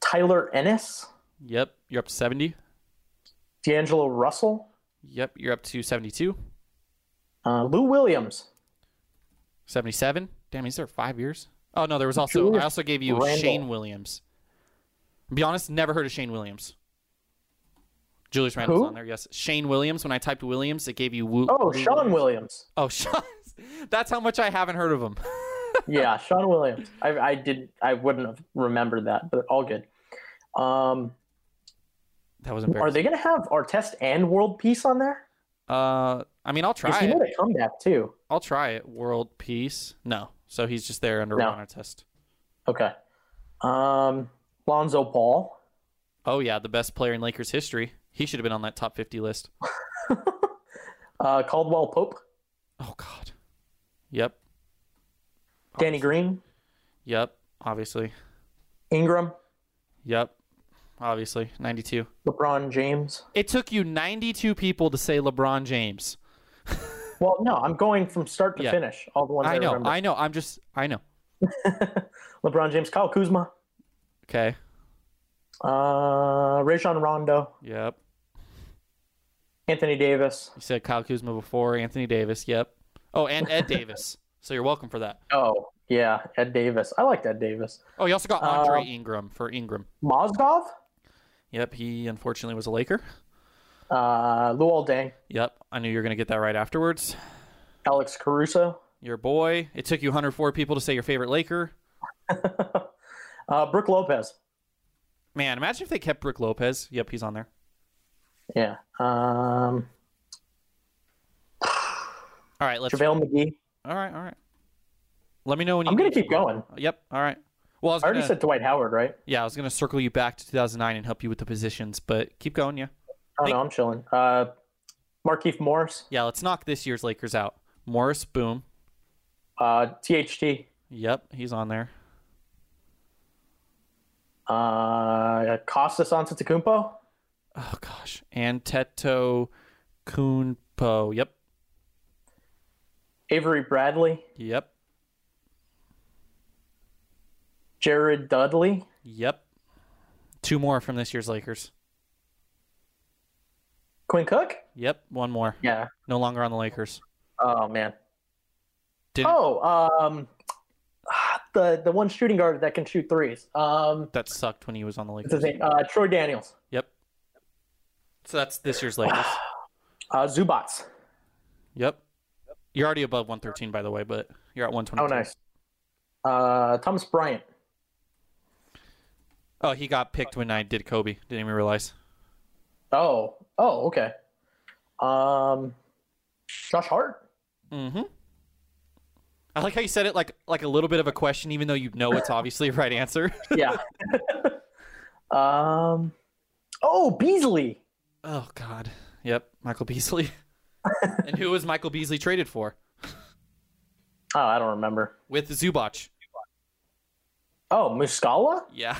Speaker 4: Tyler Ennis.
Speaker 3: Yep. You're up to 70.
Speaker 4: D'Angelo Russell.
Speaker 3: Yep. You're up to 72.
Speaker 4: Uh, Lou Williams.
Speaker 3: 77. Damn, he's there five years. Oh, no, there was also,
Speaker 4: Julius
Speaker 3: I also gave you
Speaker 4: Randle.
Speaker 3: Shane Williams. be honest, never heard of Shane Williams. Julius Randle's
Speaker 4: Who?
Speaker 3: on there, yes. Shane Williams, when I typed Williams, it gave you Woo.
Speaker 4: Oh, Sean Williams.
Speaker 3: Oh, Sean. That's how much I haven't heard of him.
Speaker 4: Yeah, Sean Williams. I, I did. I wouldn't have remembered that, but all good. Um,
Speaker 3: That was
Speaker 4: are
Speaker 3: embarrassing.
Speaker 4: they going to have Artest and World Peace on there?
Speaker 3: Uh, I mean, I'll try
Speaker 4: Because he
Speaker 3: it.
Speaker 4: made a comeback too.
Speaker 3: I'll try it. World Peace. No. So he's just there under
Speaker 4: No.
Speaker 3: Ron Artest.
Speaker 4: Okay. Um, Lonzo Ball.
Speaker 3: Oh, yeah, the best player in Lakers history. He should have been on that top 50 list.
Speaker 4: Uh, Caldwell Pope.
Speaker 3: Oh, God. Yep. Oh.
Speaker 4: Danny Green.
Speaker 3: Yep. Obviously.
Speaker 4: Ingram.
Speaker 3: Yep. Obviously. 92.
Speaker 4: LeBron James.
Speaker 3: It took you 92 people to say LeBron James.
Speaker 4: Well, no, I'm going from start to
Speaker 3: Yeah.
Speaker 4: finish. All the ones I,
Speaker 3: I know.
Speaker 4: remember.
Speaker 3: I know. I'm just, I know.
Speaker 4: LeBron James, Kyle Kuzma,
Speaker 3: Okay.
Speaker 4: uh, Rajon Rondo,
Speaker 3: Yep.
Speaker 4: Anthony Davis.
Speaker 3: You said Kyle Kuzma before, Anthony Davis. Yep. Oh, and Ed Davis. So you're welcome for that.
Speaker 4: Oh, yeah, Ed Davis. I liked Ed Davis.
Speaker 3: Oh, you also got Andre
Speaker 4: Uh,
Speaker 3: Ingram for Ingram.
Speaker 4: Mozgov,
Speaker 3: Yep. He unfortunately was a Laker.
Speaker 4: uh, Luol Deng,
Speaker 3: Yep. I knew you were going to get that right afterwards.
Speaker 4: Alex Caruso,
Speaker 3: Your boy. It took you 104 people to say your favorite Laker.
Speaker 4: uh, Brooke Lopez.
Speaker 3: Man, imagine if they kept Brooke Lopez. Yep, he's on there.
Speaker 4: Yeah. Um,
Speaker 3: All right, let's.
Speaker 4: JaVale McGee.
Speaker 3: All right, all right. Let me know when you.
Speaker 4: I'm going to keep going.
Speaker 3: Yep. All right. Well, I was
Speaker 4: I already
Speaker 3: gonna,
Speaker 4: said Dwight Howard, right?
Speaker 3: yeah, I was gonna circle you back to 2009 and help you with the positions, but keep going. Yeah.
Speaker 4: Oh,
Speaker 3: Think-
Speaker 4: no, I'm chilling. Uh, Markeith Morris,
Speaker 3: Yeah. Let's knock this year's Lakers out. Morris, boom.
Speaker 4: uh, THT,
Speaker 3: Yep, he's on there.
Speaker 4: uh, Costas Antetokounmpo,
Speaker 3: Oh gosh, and Teto Kunpo. Yep.
Speaker 4: Avery Bradley,
Speaker 3: Yep.
Speaker 4: Jared Dudley,
Speaker 3: Yep. Two more from this year's Lakers.
Speaker 4: Quinn Cook.
Speaker 3: Yep, one more.
Speaker 4: Yeah.
Speaker 3: No longer on the Lakers.
Speaker 4: Oh man.
Speaker 3: Didn't
Speaker 4: Oh, um, the the one shooting guard that can shoot threes. Um,
Speaker 3: that sucked when he was on the
Speaker 4: what's his
Speaker 3: Lakers?
Speaker 4: name? Uh, Troy Daniels.
Speaker 3: Yep. So that's this year's Lakers.
Speaker 4: Uh, Zubats.
Speaker 3: Yep. You're already above 113, by the way, but you're at 122.
Speaker 4: Oh, nice. Uh, Thomas Bryant.
Speaker 3: Oh, he got picked when I did Kobe. Didn't even realize.
Speaker 4: Oh, oh, okay. Um, Josh Hart.
Speaker 3: Mm-hmm. I like how you said it like like a little bit of a question, even though you know it's obviously a right answer.
Speaker 4: Yeah. um, oh Beasley.
Speaker 3: oh God. Yep. Michael Beasley. and who was Michael Beasley traded for?
Speaker 4: Oh, I don't remember.
Speaker 3: With Zubach.
Speaker 4: Oh, Muscala.
Speaker 3: Yeah.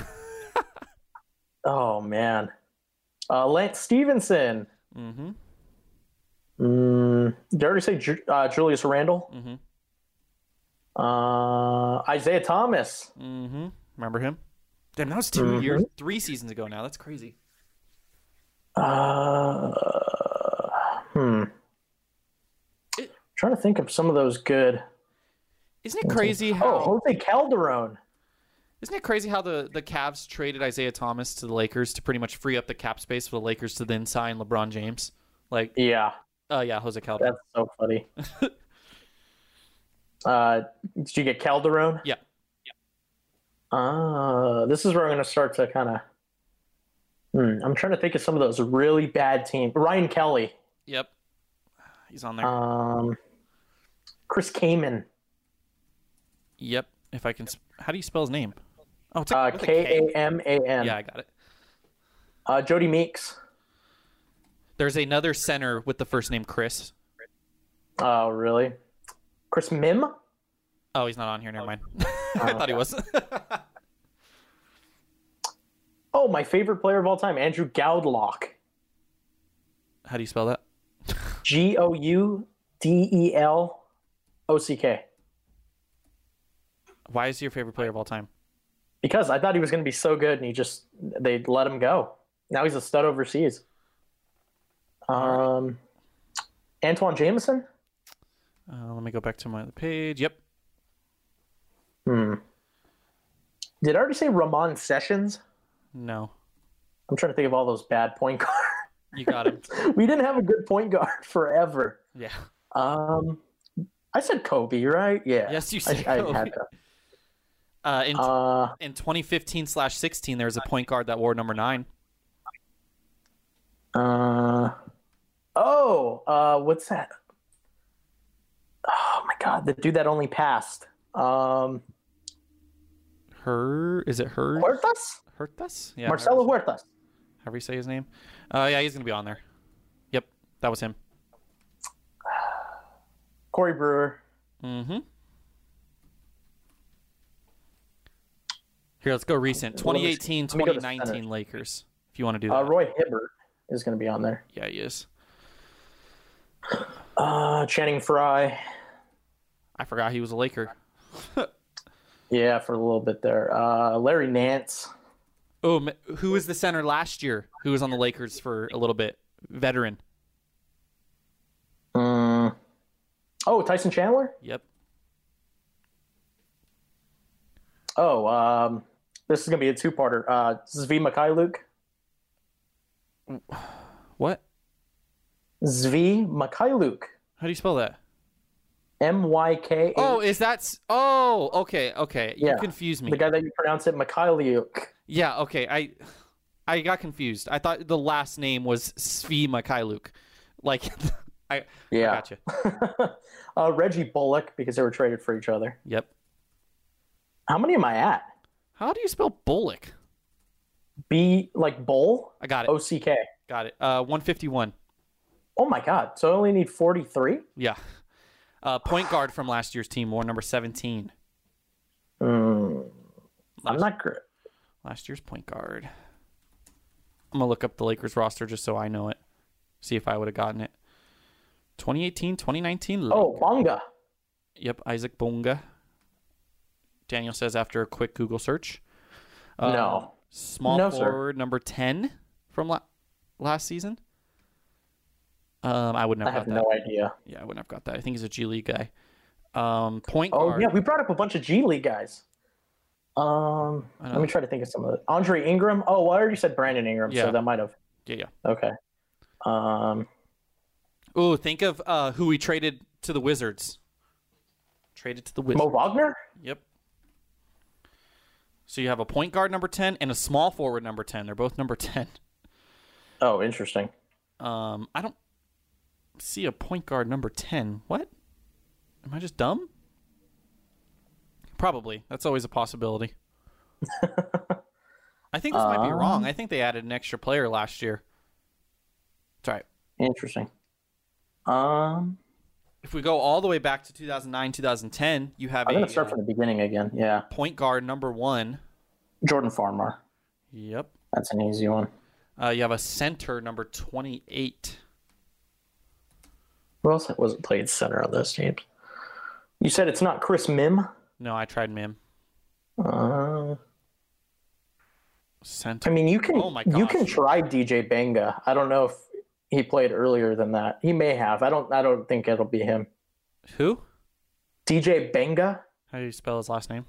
Speaker 4: Oh man, uh, Lance Stevenson.
Speaker 3: Mm-hmm.
Speaker 4: Mm, did I already say Ju- uh, Julius Randle?
Speaker 3: Mm-hmm.
Speaker 4: Uh, Isaiah Thomas.
Speaker 3: Mm-hmm. Remember him? Damn, that was 2
Speaker 4: Mhm.
Speaker 3: years, three seasons ago now. That's crazy.
Speaker 4: Uh, hmm. trying to think of some of those good.
Speaker 3: Isn't it crazy
Speaker 4: Oh,
Speaker 3: how?
Speaker 4: Jose Calderon.
Speaker 3: Isn't it crazy how the the Cavs traded Isaiah Thomas to the Lakers to pretty much free up the cap space for the Lakers to then sign LeBron James? Like,
Speaker 4: Yeah,
Speaker 3: uh, yeah, Jose Calderon.
Speaker 4: that's so funny. uh, did you get Calderon?
Speaker 3: Yeah.
Speaker 4: Uh, this is where I'm going to start to kind of. Hmm, I'm trying to think of some of those really bad teams. Ryan Kelly,
Speaker 3: Yep. He's on there.
Speaker 4: um, Chris Kaman,
Speaker 3: yep. If I can, sp- how do you spell his name? Oh, it's a,
Speaker 4: uh,
Speaker 3: with a
Speaker 4: K
Speaker 3: K.
Speaker 4: A M A
Speaker 3: Yeah,
Speaker 4: N,
Speaker 3: I got it.
Speaker 4: uh, Jody Meeks.
Speaker 3: There's another center with the first name Chris.
Speaker 4: Oh, really? Chris Mim?
Speaker 3: Oh, he's not on here. Never mind. I thought he was.
Speaker 4: Oh, my favorite player of all time, Andrew Goudlock.
Speaker 3: how do you spell that?
Speaker 4: G O U D E L O C K.
Speaker 3: Why is he your favorite player of all time?
Speaker 4: Because I thought he was going to be so good, and he just they let him go. Now he's a stud overseas. Um, Antoine Jameson.
Speaker 3: Uh, let me go back to my other page. Yep.
Speaker 4: Hmm. Did I already say Ramon Sessions?
Speaker 3: No.
Speaker 4: I'm trying to think of all those bad point guards.
Speaker 3: You got him.
Speaker 4: we didn't have a good point guard forever.
Speaker 3: yeah.
Speaker 4: Um, I said Kobe, right? Yeah.
Speaker 3: Yes, you
Speaker 4: I-
Speaker 3: said
Speaker 4: I,
Speaker 3: Kobe.
Speaker 4: had that.
Speaker 3: Uh, in,
Speaker 4: Uh,
Speaker 3: in 2015 slash 16, there was a point guard that wore number nine.
Speaker 4: Uh, oh, uh, what's that? Oh my God, the dude that only passed. Um,
Speaker 3: Her is it her?
Speaker 4: Huertas?
Speaker 3: Hurtas? Yeah.
Speaker 4: Marcelo
Speaker 3: However,
Speaker 4: Huertas.
Speaker 3: however you say his name. Uh, yeah, he's gonna be on there. Yep, that was him.
Speaker 4: Corey Brewer.
Speaker 3: Mm-hmm. Here, let's go recent. 2018,
Speaker 4: Let me go to
Speaker 3: 2019
Speaker 4: centers.
Speaker 3: Lakers. If you want to do that.
Speaker 4: Uh, Roy Hibbert is going to be on there.
Speaker 3: yeah, he is.
Speaker 4: Uh, Channing Frye.
Speaker 3: I forgot he was a Laker.
Speaker 4: Yeah, for a little bit there. Uh, Larry Nance.
Speaker 3: Oh, ma- who was the center last year? Who was on the Lakers for a little bit? Veteran.
Speaker 4: Mm. Oh, Tyson Chandler.
Speaker 3: Yep.
Speaker 4: Oh, um, this is going to be a two-parter. Uh, Zvi Mikhailuk.
Speaker 3: What?
Speaker 4: Zvi Mikhailuk.
Speaker 3: How do you spell that?
Speaker 4: M Y K.
Speaker 3: Oh, is that? s- Oh, okay, okay. You
Speaker 4: Yeah.
Speaker 3: confused me.
Speaker 4: the guy that you pronounce it Mikhailuk.
Speaker 3: Yeah, okay. I I got confused. I thought the last name was Svi Mikhailuk. Like, I, I
Speaker 4: Yeah.
Speaker 3: got you.
Speaker 4: uh, Reggie Bullock because they were traded for each other.
Speaker 3: Yep.
Speaker 4: How many am I at?
Speaker 3: How do you spell Bullock?
Speaker 4: B like bowl
Speaker 3: I got it.
Speaker 4: O C K.
Speaker 3: Got it. Uh, 151.
Speaker 4: Oh my god! So I only need forty three.
Speaker 3: Yeah. Uh, point guard from last year's team wore number 17.
Speaker 4: I'm not great.
Speaker 3: Last year's point guard. I'm gonna look up the Lakers roster just so I know it. See if I would have gotten it. 2018, 2019.
Speaker 4: Oh, Bonga.
Speaker 3: Yep, Isaac Bonga. Daniel says after a quick Google search. Uh,
Speaker 4: no.
Speaker 3: Small
Speaker 4: No, sir.
Speaker 3: forward number 10 from la- last season. Um, I wouldn't
Speaker 4: I
Speaker 3: have,
Speaker 4: have
Speaker 3: got
Speaker 4: no
Speaker 3: that.
Speaker 4: idea.
Speaker 3: Yeah, I wouldn't have got that. I think he's a G League guy. Um, point
Speaker 4: Oh
Speaker 3: guard.
Speaker 4: yeah, we brought up a bunch of G League guys. Um,
Speaker 3: I
Speaker 4: let
Speaker 3: know.
Speaker 4: me try to think of some of the Andre Ingram. Oh, well, I already said Brandon Ingram,
Speaker 3: Yeah.
Speaker 4: so that might have.
Speaker 3: yeah, yeah.
Speaker 4: Okay. Um,
Speaker 3: Ooh, think of uh, who we traded to the Wizards. Traded to the Wizards.
Speaker 4: Mo Wagner.
Speaker 3: Yep. So you have a point guard number 10 and a small forward number 10. They're both number 10.
Speaker 4: Oh, interesting.
Speaker 3: Um, I don't see a point guard number 10. What? Am I just dumb? Probably. That's always a possibility. I think this might be
Speaker 4: Um,
Speaker 3: wrong. I think they added an extra player last year. It's all right.
Speaker 4: Interesting. Um,
Speaker 3: If we go all the way back to 2009, 2010, you have
Speaker 4: I'm
Speaker 3: a
Speaker 4: gonna start
Speaker 3: uh,
Speaker 4: from the beginning again. Yeah,
Speaker 3: point guard number one.
Speaker 4: Jordan Farmer.
Speaker 3: Yep.
Speaker 4: That's an easy one.
Speaker 3: Uh, you have a center, number 28.
Speaker 4: Who else wasn't played center on those teams? You said it's not Chris Mim.
Speaker 3: No, I tried Mim.
Speaker 4: Uh, I
Speaker 3: Center.
Speaker 4: mean, you can
Speaker 3: Oh my
Speaker 4: you can
Speaker 3: gosh.
Speaker 4: try DJ Benga. I don't know if he played earlier than that. He may have. I don't. I don't think it'll be him.
Speaker 3: Who?
Speaker 4: DJ Benga,
Speaker 3: How do you spell his last name?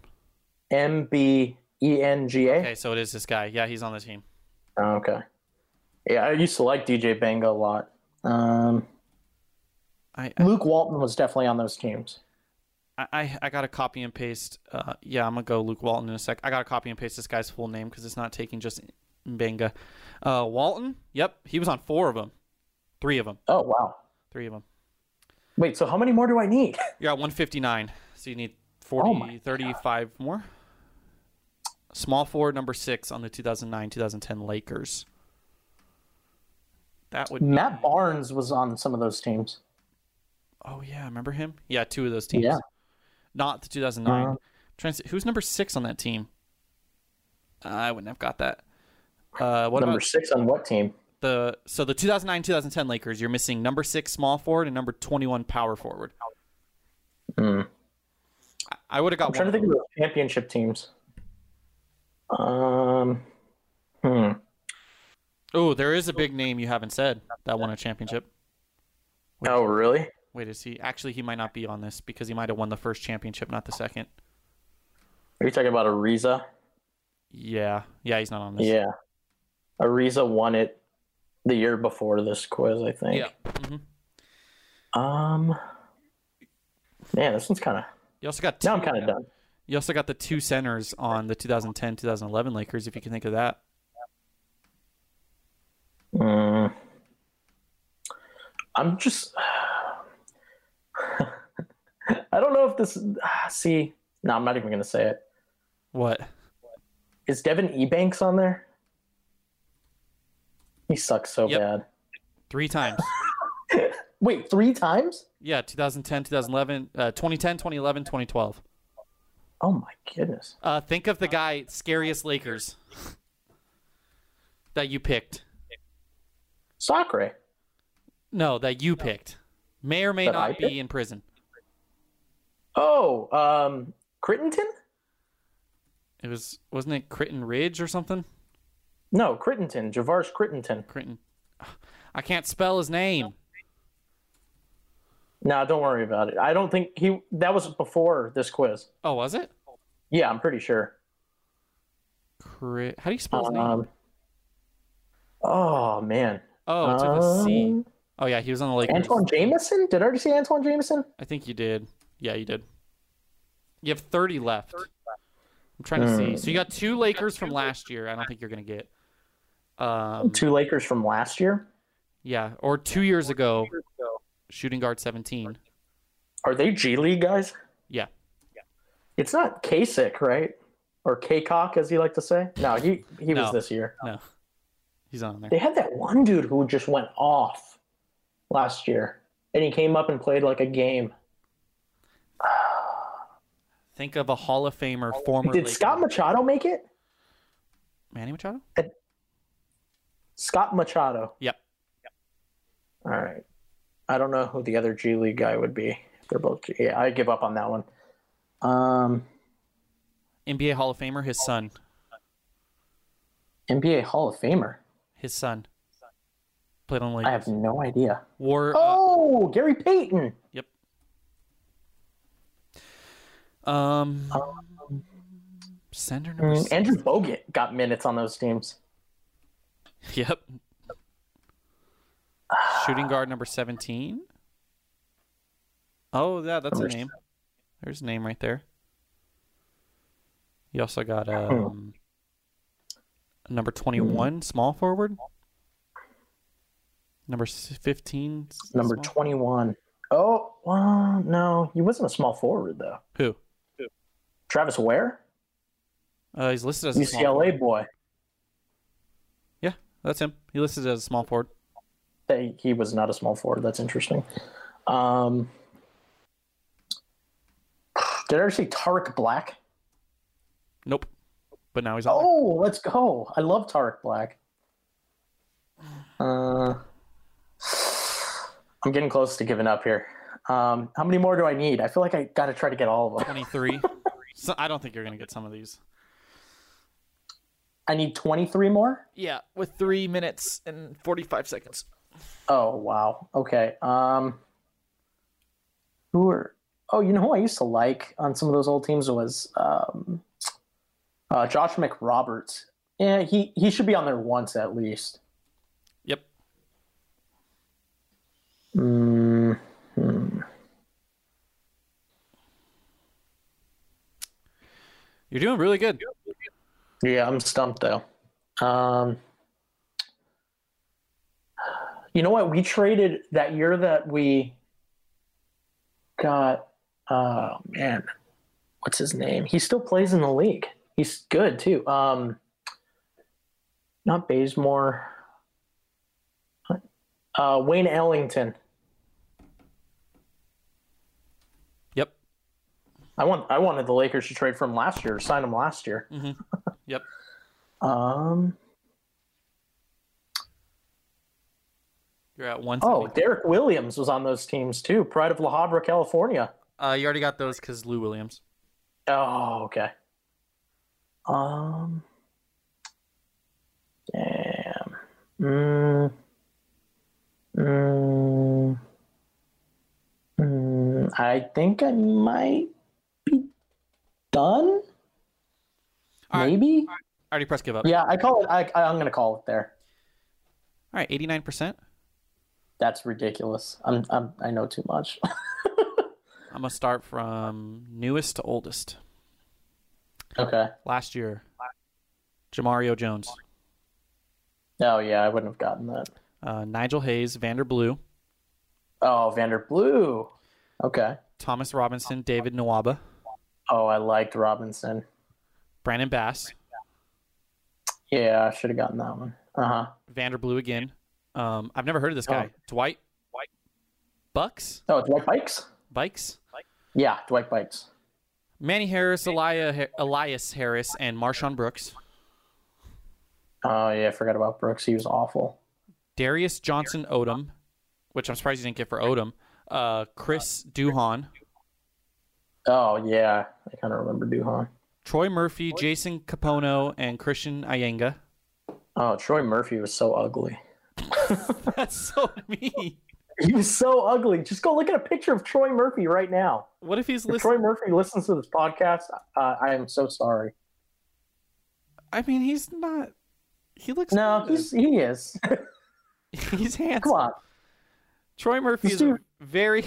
Speaker 4: M B E N G A.
Speaker 3: Okay, so it is this guy. Yeah, he's on the team.
Speaker 4: Oh, Okay. Yeah, I used to like DJ Benga a lot. Um,
Speaker 3: I I,
Speaker 4: Luke Walton was definitely on those teams.
Speaker 3: I, I got to copy and paste. Uh, yeah, I'm going to go Luke Walton in a sec. I got to copy and paste this guy's full name because it's not taking just Benga. Uh, Walton? Yep, he was on four of them. Three of them.
Speaker 4: Oh wow.
Speaker 3: Three of them.
Speaker 4: Wait, so how many more do I need?
Speaker 3: You're at 159, so you need 40,
Speaker 4: Oh my
Speaker 3: 35 more. Small forward number six on the 2009 2010 Lakers. That would.
Speaker 4: Matt Barnes was on some of those teams.
Speaker 3: Oh yeah, remember him? Yeah, two of those teams.
Speaker 4: Yeah.
Speaker 3: Not the 2009.
Speaker 4: Uh-huh.
Speaker 3: Trying to see- who's number six on that team? I wouldn't have got that. Uh, what
Speaker 4: Number
Speaker 3: about
Speaker 4: six on what team?
Speaker 3: the so the 2009 2010 Lakers? You're missing number six small forward and number 21 power forward.
Speaker 4: Hmm.
Speaker 3: I- I would have got
Speaker 4: I'm
Speaker 3: one.
Speaker 4: trying to think of the championship teams. Um, hmm.
Speaker 3: Oh, there is a big name you haven't said that won a championship.
Speaker 4: Oh, really?
Speaker 3: Wait, is he actually? He might not be on this because he might have won the first championship, not the second.
Speaker 4: Are you talking about Ariza?
Speaker 3: Yeah, yeah, he's not on this.
Speaker 4: Yeah. Ariza won it the year before this quiz, I think.
Speaker 3: yeah. hmm
Speaker 4: Um, man, this one's kind of.
Speaker 3: You also got two,
Speaker 4: Now I'm kind of done.
Speaker 3: you also got the two centers on the 2010-2011 Lakers, if you can think of that.
Speaker 4: Mm. I'm just. I don't know if this. ah, See, no, I'm not even going to say it.
Speaker 3: What?
Speaker 4: Is Devin Ebanks on there? He sucks so
Speaker 3: Yep.
Speaker 4: bad.
Speaker 3: Three times.
Speaker 4: Wait, three times?
Speaker 3: yeah, 2010, 2011, uh, 2010, 2011, 2012.
Speaker 4: Oh my goodness.
Speaker 3: Uh, think of the guy scariest Lakers that you picked.
Speaker 4: Soccer.
Speaker 3: No, that you picked. May or may
Speaker 4: That I
Speaker 3: not
Speaker 4: picked?
Speaker 3: be in prison.
Speaker 4: Oh, um, Crittenton?
Speaker 3: It was wasn't it Critton Ridge or something?
Speaker 4: No, Crittenton. Javarsh Crittenton.
Speaker 3: Critton. I can't spell his name.
Speaker 4: No, don't worry about it. I don't think he. That was before this quiz.
Speaker 3: Oh, was it?
Speaker 4: Yeah, I'm pretty sure.
Speaker 3: Crit. How do you spell his name?
Speaker 4: Um, oh man,
Speaker 3: Oh, it's with a C.
Speaker 4: um,
Speaker 3: Oh yeah, he was on the Lakers.
Speaker 4: Antoine Jameson. Did I already say Antoine Jameson?
Speaker 3: I think you did. Yeah, you did. You have 30 left. I'm trying to see.
Speaker 4: Hmm.
Speaker 3: So you got two Lakers from last year. I don't think you're gonna get. Um,
Speaker 4: Two Lakers from last year.
Speaker 3: yeah, or two years ago, shooting guard 17.
Speaker 4: Are they G League guys?
Speaker 3: Yeah,
Speaker 4: It's not Kasich, right? Or Kcock, as you like to say. No, he he
Speaker 3: No.
Speaker 4: was this year.
Speaker 3: no, he's on there.
Speaker 4: They had that one dude who just went off last year, and he came up and played like a game.
Speaker 3: Think of a Hall of Famer former.
Speaker 4: Did
Speaker 3: Laker.
Speaker 4: Scott Machado make it?
Speaker 3: Manny Machado?
Speaker 4: Scott Machado.
Speaker 3: Yep.
Speaker 4: All right. I don't know who the other G League guy would be. They're both. G- Yeah, I give up on that one. Um,
Speaker 3: NBA Hall of Famer. His son.
Speaker 4: NBA Hall of Famer.
Speaker 3: His son. Played on the
Speaker 4: I
Speaker 3: Lakers.
Speaker 4: have no idea.
Speaker 3: War. uh,
Speaker 4: Oh, Gary Payton.
Speaker 3: Yep. Um, sender number
Speaker 4: Mm,
Speaker 3: six.
Speaker 4: Andrew Bogut got minutes on those teams.
Speaker 3: Yep. Shooting guard number seventeen. Oh yeah, that's a
Speaker 4: Number
Speaker 3: name. There's a name right there. You also got
Speaker 4: Hmm.
Speaker 3: um number twenty-one, small forward. Number s- fifteen. s-
Speaker 4: Number
Speaker 3: small-
Speaker 4: 21. Oh, well, no. He wasn't a small forward, though.
Speaker 3: Who?
Speaker 4: Travis Ware?
Speaker 3: Uh, he's listed as a small forward.
Speaker 4: UCLA boy.
Speaker 3: Yeah, that's him. He listed as a small forward.
Speaker 4: They, he was not a small forward. That's interesting. Um, did I ever see Tarek Black?
Speaker 3: Nope. but now he's out there.
Speaker 4: Oh, let's go. I love Tarek Black. Uh, I'm getting close to giving up here. Um, how many more do I need? I feel like I got to try to get all of them.
Speaker 3: 23. so I don't think you're going to get some of these.
Speaker 4: I need 23 more?
Speaker 5: Yeah, with three minutes and forty-five seconds.
Speaker 4: Oh, wow. Okay. Um, who are, oh, you know who I used to like on some of those old teams was um, uh, Josh McRoberts. Yeah, he, he should be on there once at least.
Speaker 3: Yep.
Speaker 4: Mm,
Speaker 3: You're doing really good.
Speaker 4: Yeah, I'm stumped though. Um, you know what? We traded that year that we got. Oh man, what's his name? He still plays in the league. He's good too. Um, not Bazemore. Uh, Wayne Ellington.
Speaker 3: Yep.
Speaker 4: I want. I wanted the Lakers to trade for him last year. Sign him last year.
Speaker 3: Yep.
Speaker 4: Um.
Speaker 3: You're at one.
Speaker 4: Oh, Derek Williams was on those teams too. Pride of La Habra, California.
Speaker 3: Uh, you already got those because Lou Williams.
Speaker 4: Oh, okay. Um. Damn. Mm. Mm. Mm. I think I might be done.
Speaker 3: All right.
Speaker 4: Maybe.
Speaker 3: I already pressed give up.
Speaker 4: Yeah, I call it. I, I'm going to call it there.
Speaker 3: All right, 89%.
Speaker 4: That's ridiculous. I'm. I'm I know too much.
Speaker 3: I'm going to start from newest to oldest.
Speaker 4: okay.
Speaker 3: Last year, Jamario Jones,
Speaker 4: Oh yeah, I wouldn't have gotten that.
Speaker 3: uh, Nigel Hayes, Vander Blue,
Speaker 4: Oh, Vander Blue. Okay.
Speaker 3: Thomas Robinson, David Nwaba,
Speaker 4: Oh, I liked Robinson.
Speaker 3: Brandon Bass,
Speaker 4: Yeah, I should have gotten that one. Uh huh.
Speaker 3: Vander Blue again. Um, I've never heard of this guy. Dwight, Dwight, Bucks,
Speaker 4: Oh, Dwight Bikes.
Speaker 3: Bikes,
Speaker 4: Yeah, Dwight Bikes.
Speaker 3: Manny Harris, Elia, Elias Harris, and Marshawn Brooks,
Speaker 4: Oh yeah, I forgot about Brooks. He was awful.
Speaker 3: Darius Johnson Odom, which I'm surprised you didn't get for Odom, uh, Chris Duhon,
Speaker 4: Oh yeah, I kind of remember Duhon.
Speaker 3: Troy Murphy, Jason Capono, and Christian Ayenga.
Speaker 4: Oh, Troy Murphy was so ugly.
Speaker 3: That's so mean.
Speaker 4: He was so ugly. Just go look at a picture of Troy Murphy right now.
Speaker 3: What if he's
Speaker 4: If
Speaker 3: listening?
Speaker 4: Troy Murphy listens to this podcast, uh, I am so sorry.
Speaker 3: I mean, he's not. He looks.
Speaker 4: No,
Speaker 3: good.
Speaker 4: he's he is.
Speaker 3: he's handsome.
Speaker 4: Come on.
Speaker 3: Troy Murphy
Speaker 4: This
Speaker 3: is a
Speaker 4: dude-
Speaker 3: very.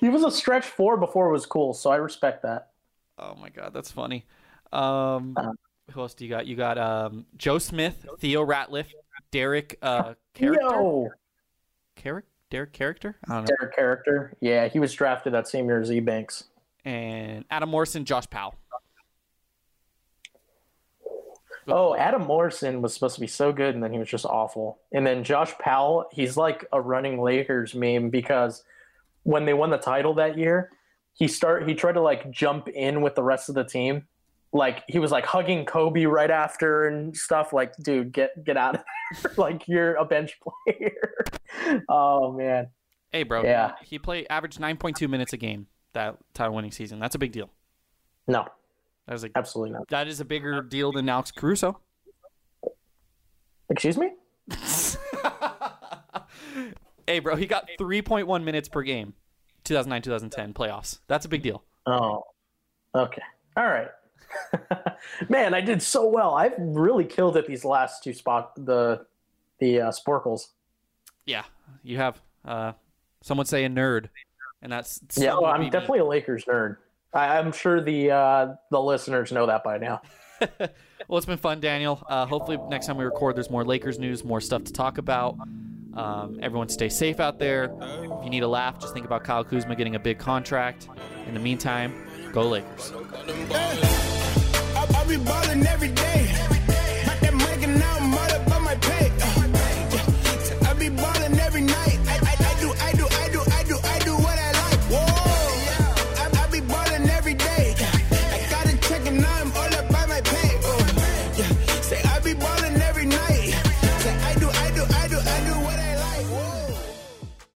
Speaker 4: he was a stretch four before it was cool, so I respect that.
Speaker 3: Oh my god, that's funny. Um,
Speaker 4: Uh-huh.
Speaker 3: who else do you got? You got um, Joe Smith, Theo Ratliff, Derek uh, character,
Speaker 4: Yo,
Speaker 3: Carrick, Derek character. I don't know.
Speaker 4: Derek character. Yeah, he was drafted that same year as Ebanks.
Speaker 3: And Adam Morrison, Josh Powell.
Speaker 4: Oh, Adam Morrison was supposed to be so good, and then he was just awful. And then Josh Powell, he's like a running Lakers meme because when they won the title that year, he start he tried to like jump in with the rest of the team, like he was like hugging Kobe right after and stuff. Like, dude, get get out of here! like you're a bench player. oh man,
Speaker 3: Hey, bro.
Speaker 4: Yeah.
Speaker 3: He played average nine point two minutes a game that title winning season. That's a big deal.
Speaker 4: no,
Speaker 3: That is a
Speaker 4: absolutely not.
Speaker 3: that is a bigger deal than Alex Caruso.
Speaker 4: Excuse me.
Speaker 3: hey, bro. He got three point one minutes per game. 2009 2010 playoffs. That's a big deal.
Speaker 4: Oh, okay. All right. Man, I did so well. I've really killed at these last two spot the the uh, sporkles.
Speaker 3: Yeah, you have. Uh, some would say a nerd, and that's
Speaker 4: Yeah,
Speaker 3: some would
Speaker 4: I'm
Speaker 3: be me.
Speaker 4: definitely a Lakers nerd. I, I'm sure the uh, the listeners know that by now.
Speaker 3: Well, it's been fun, Daniel. Uh, hopefully, next time we record, there's more Lakers news, more stuff to talk about. Um, everyone, stay safe out there. If you need a laugh, just think about Kyle Kuzma getting a big contract. In the meantime, go Lakers.
Speaker 2: I, I be ballin' every day. Uh, Uh,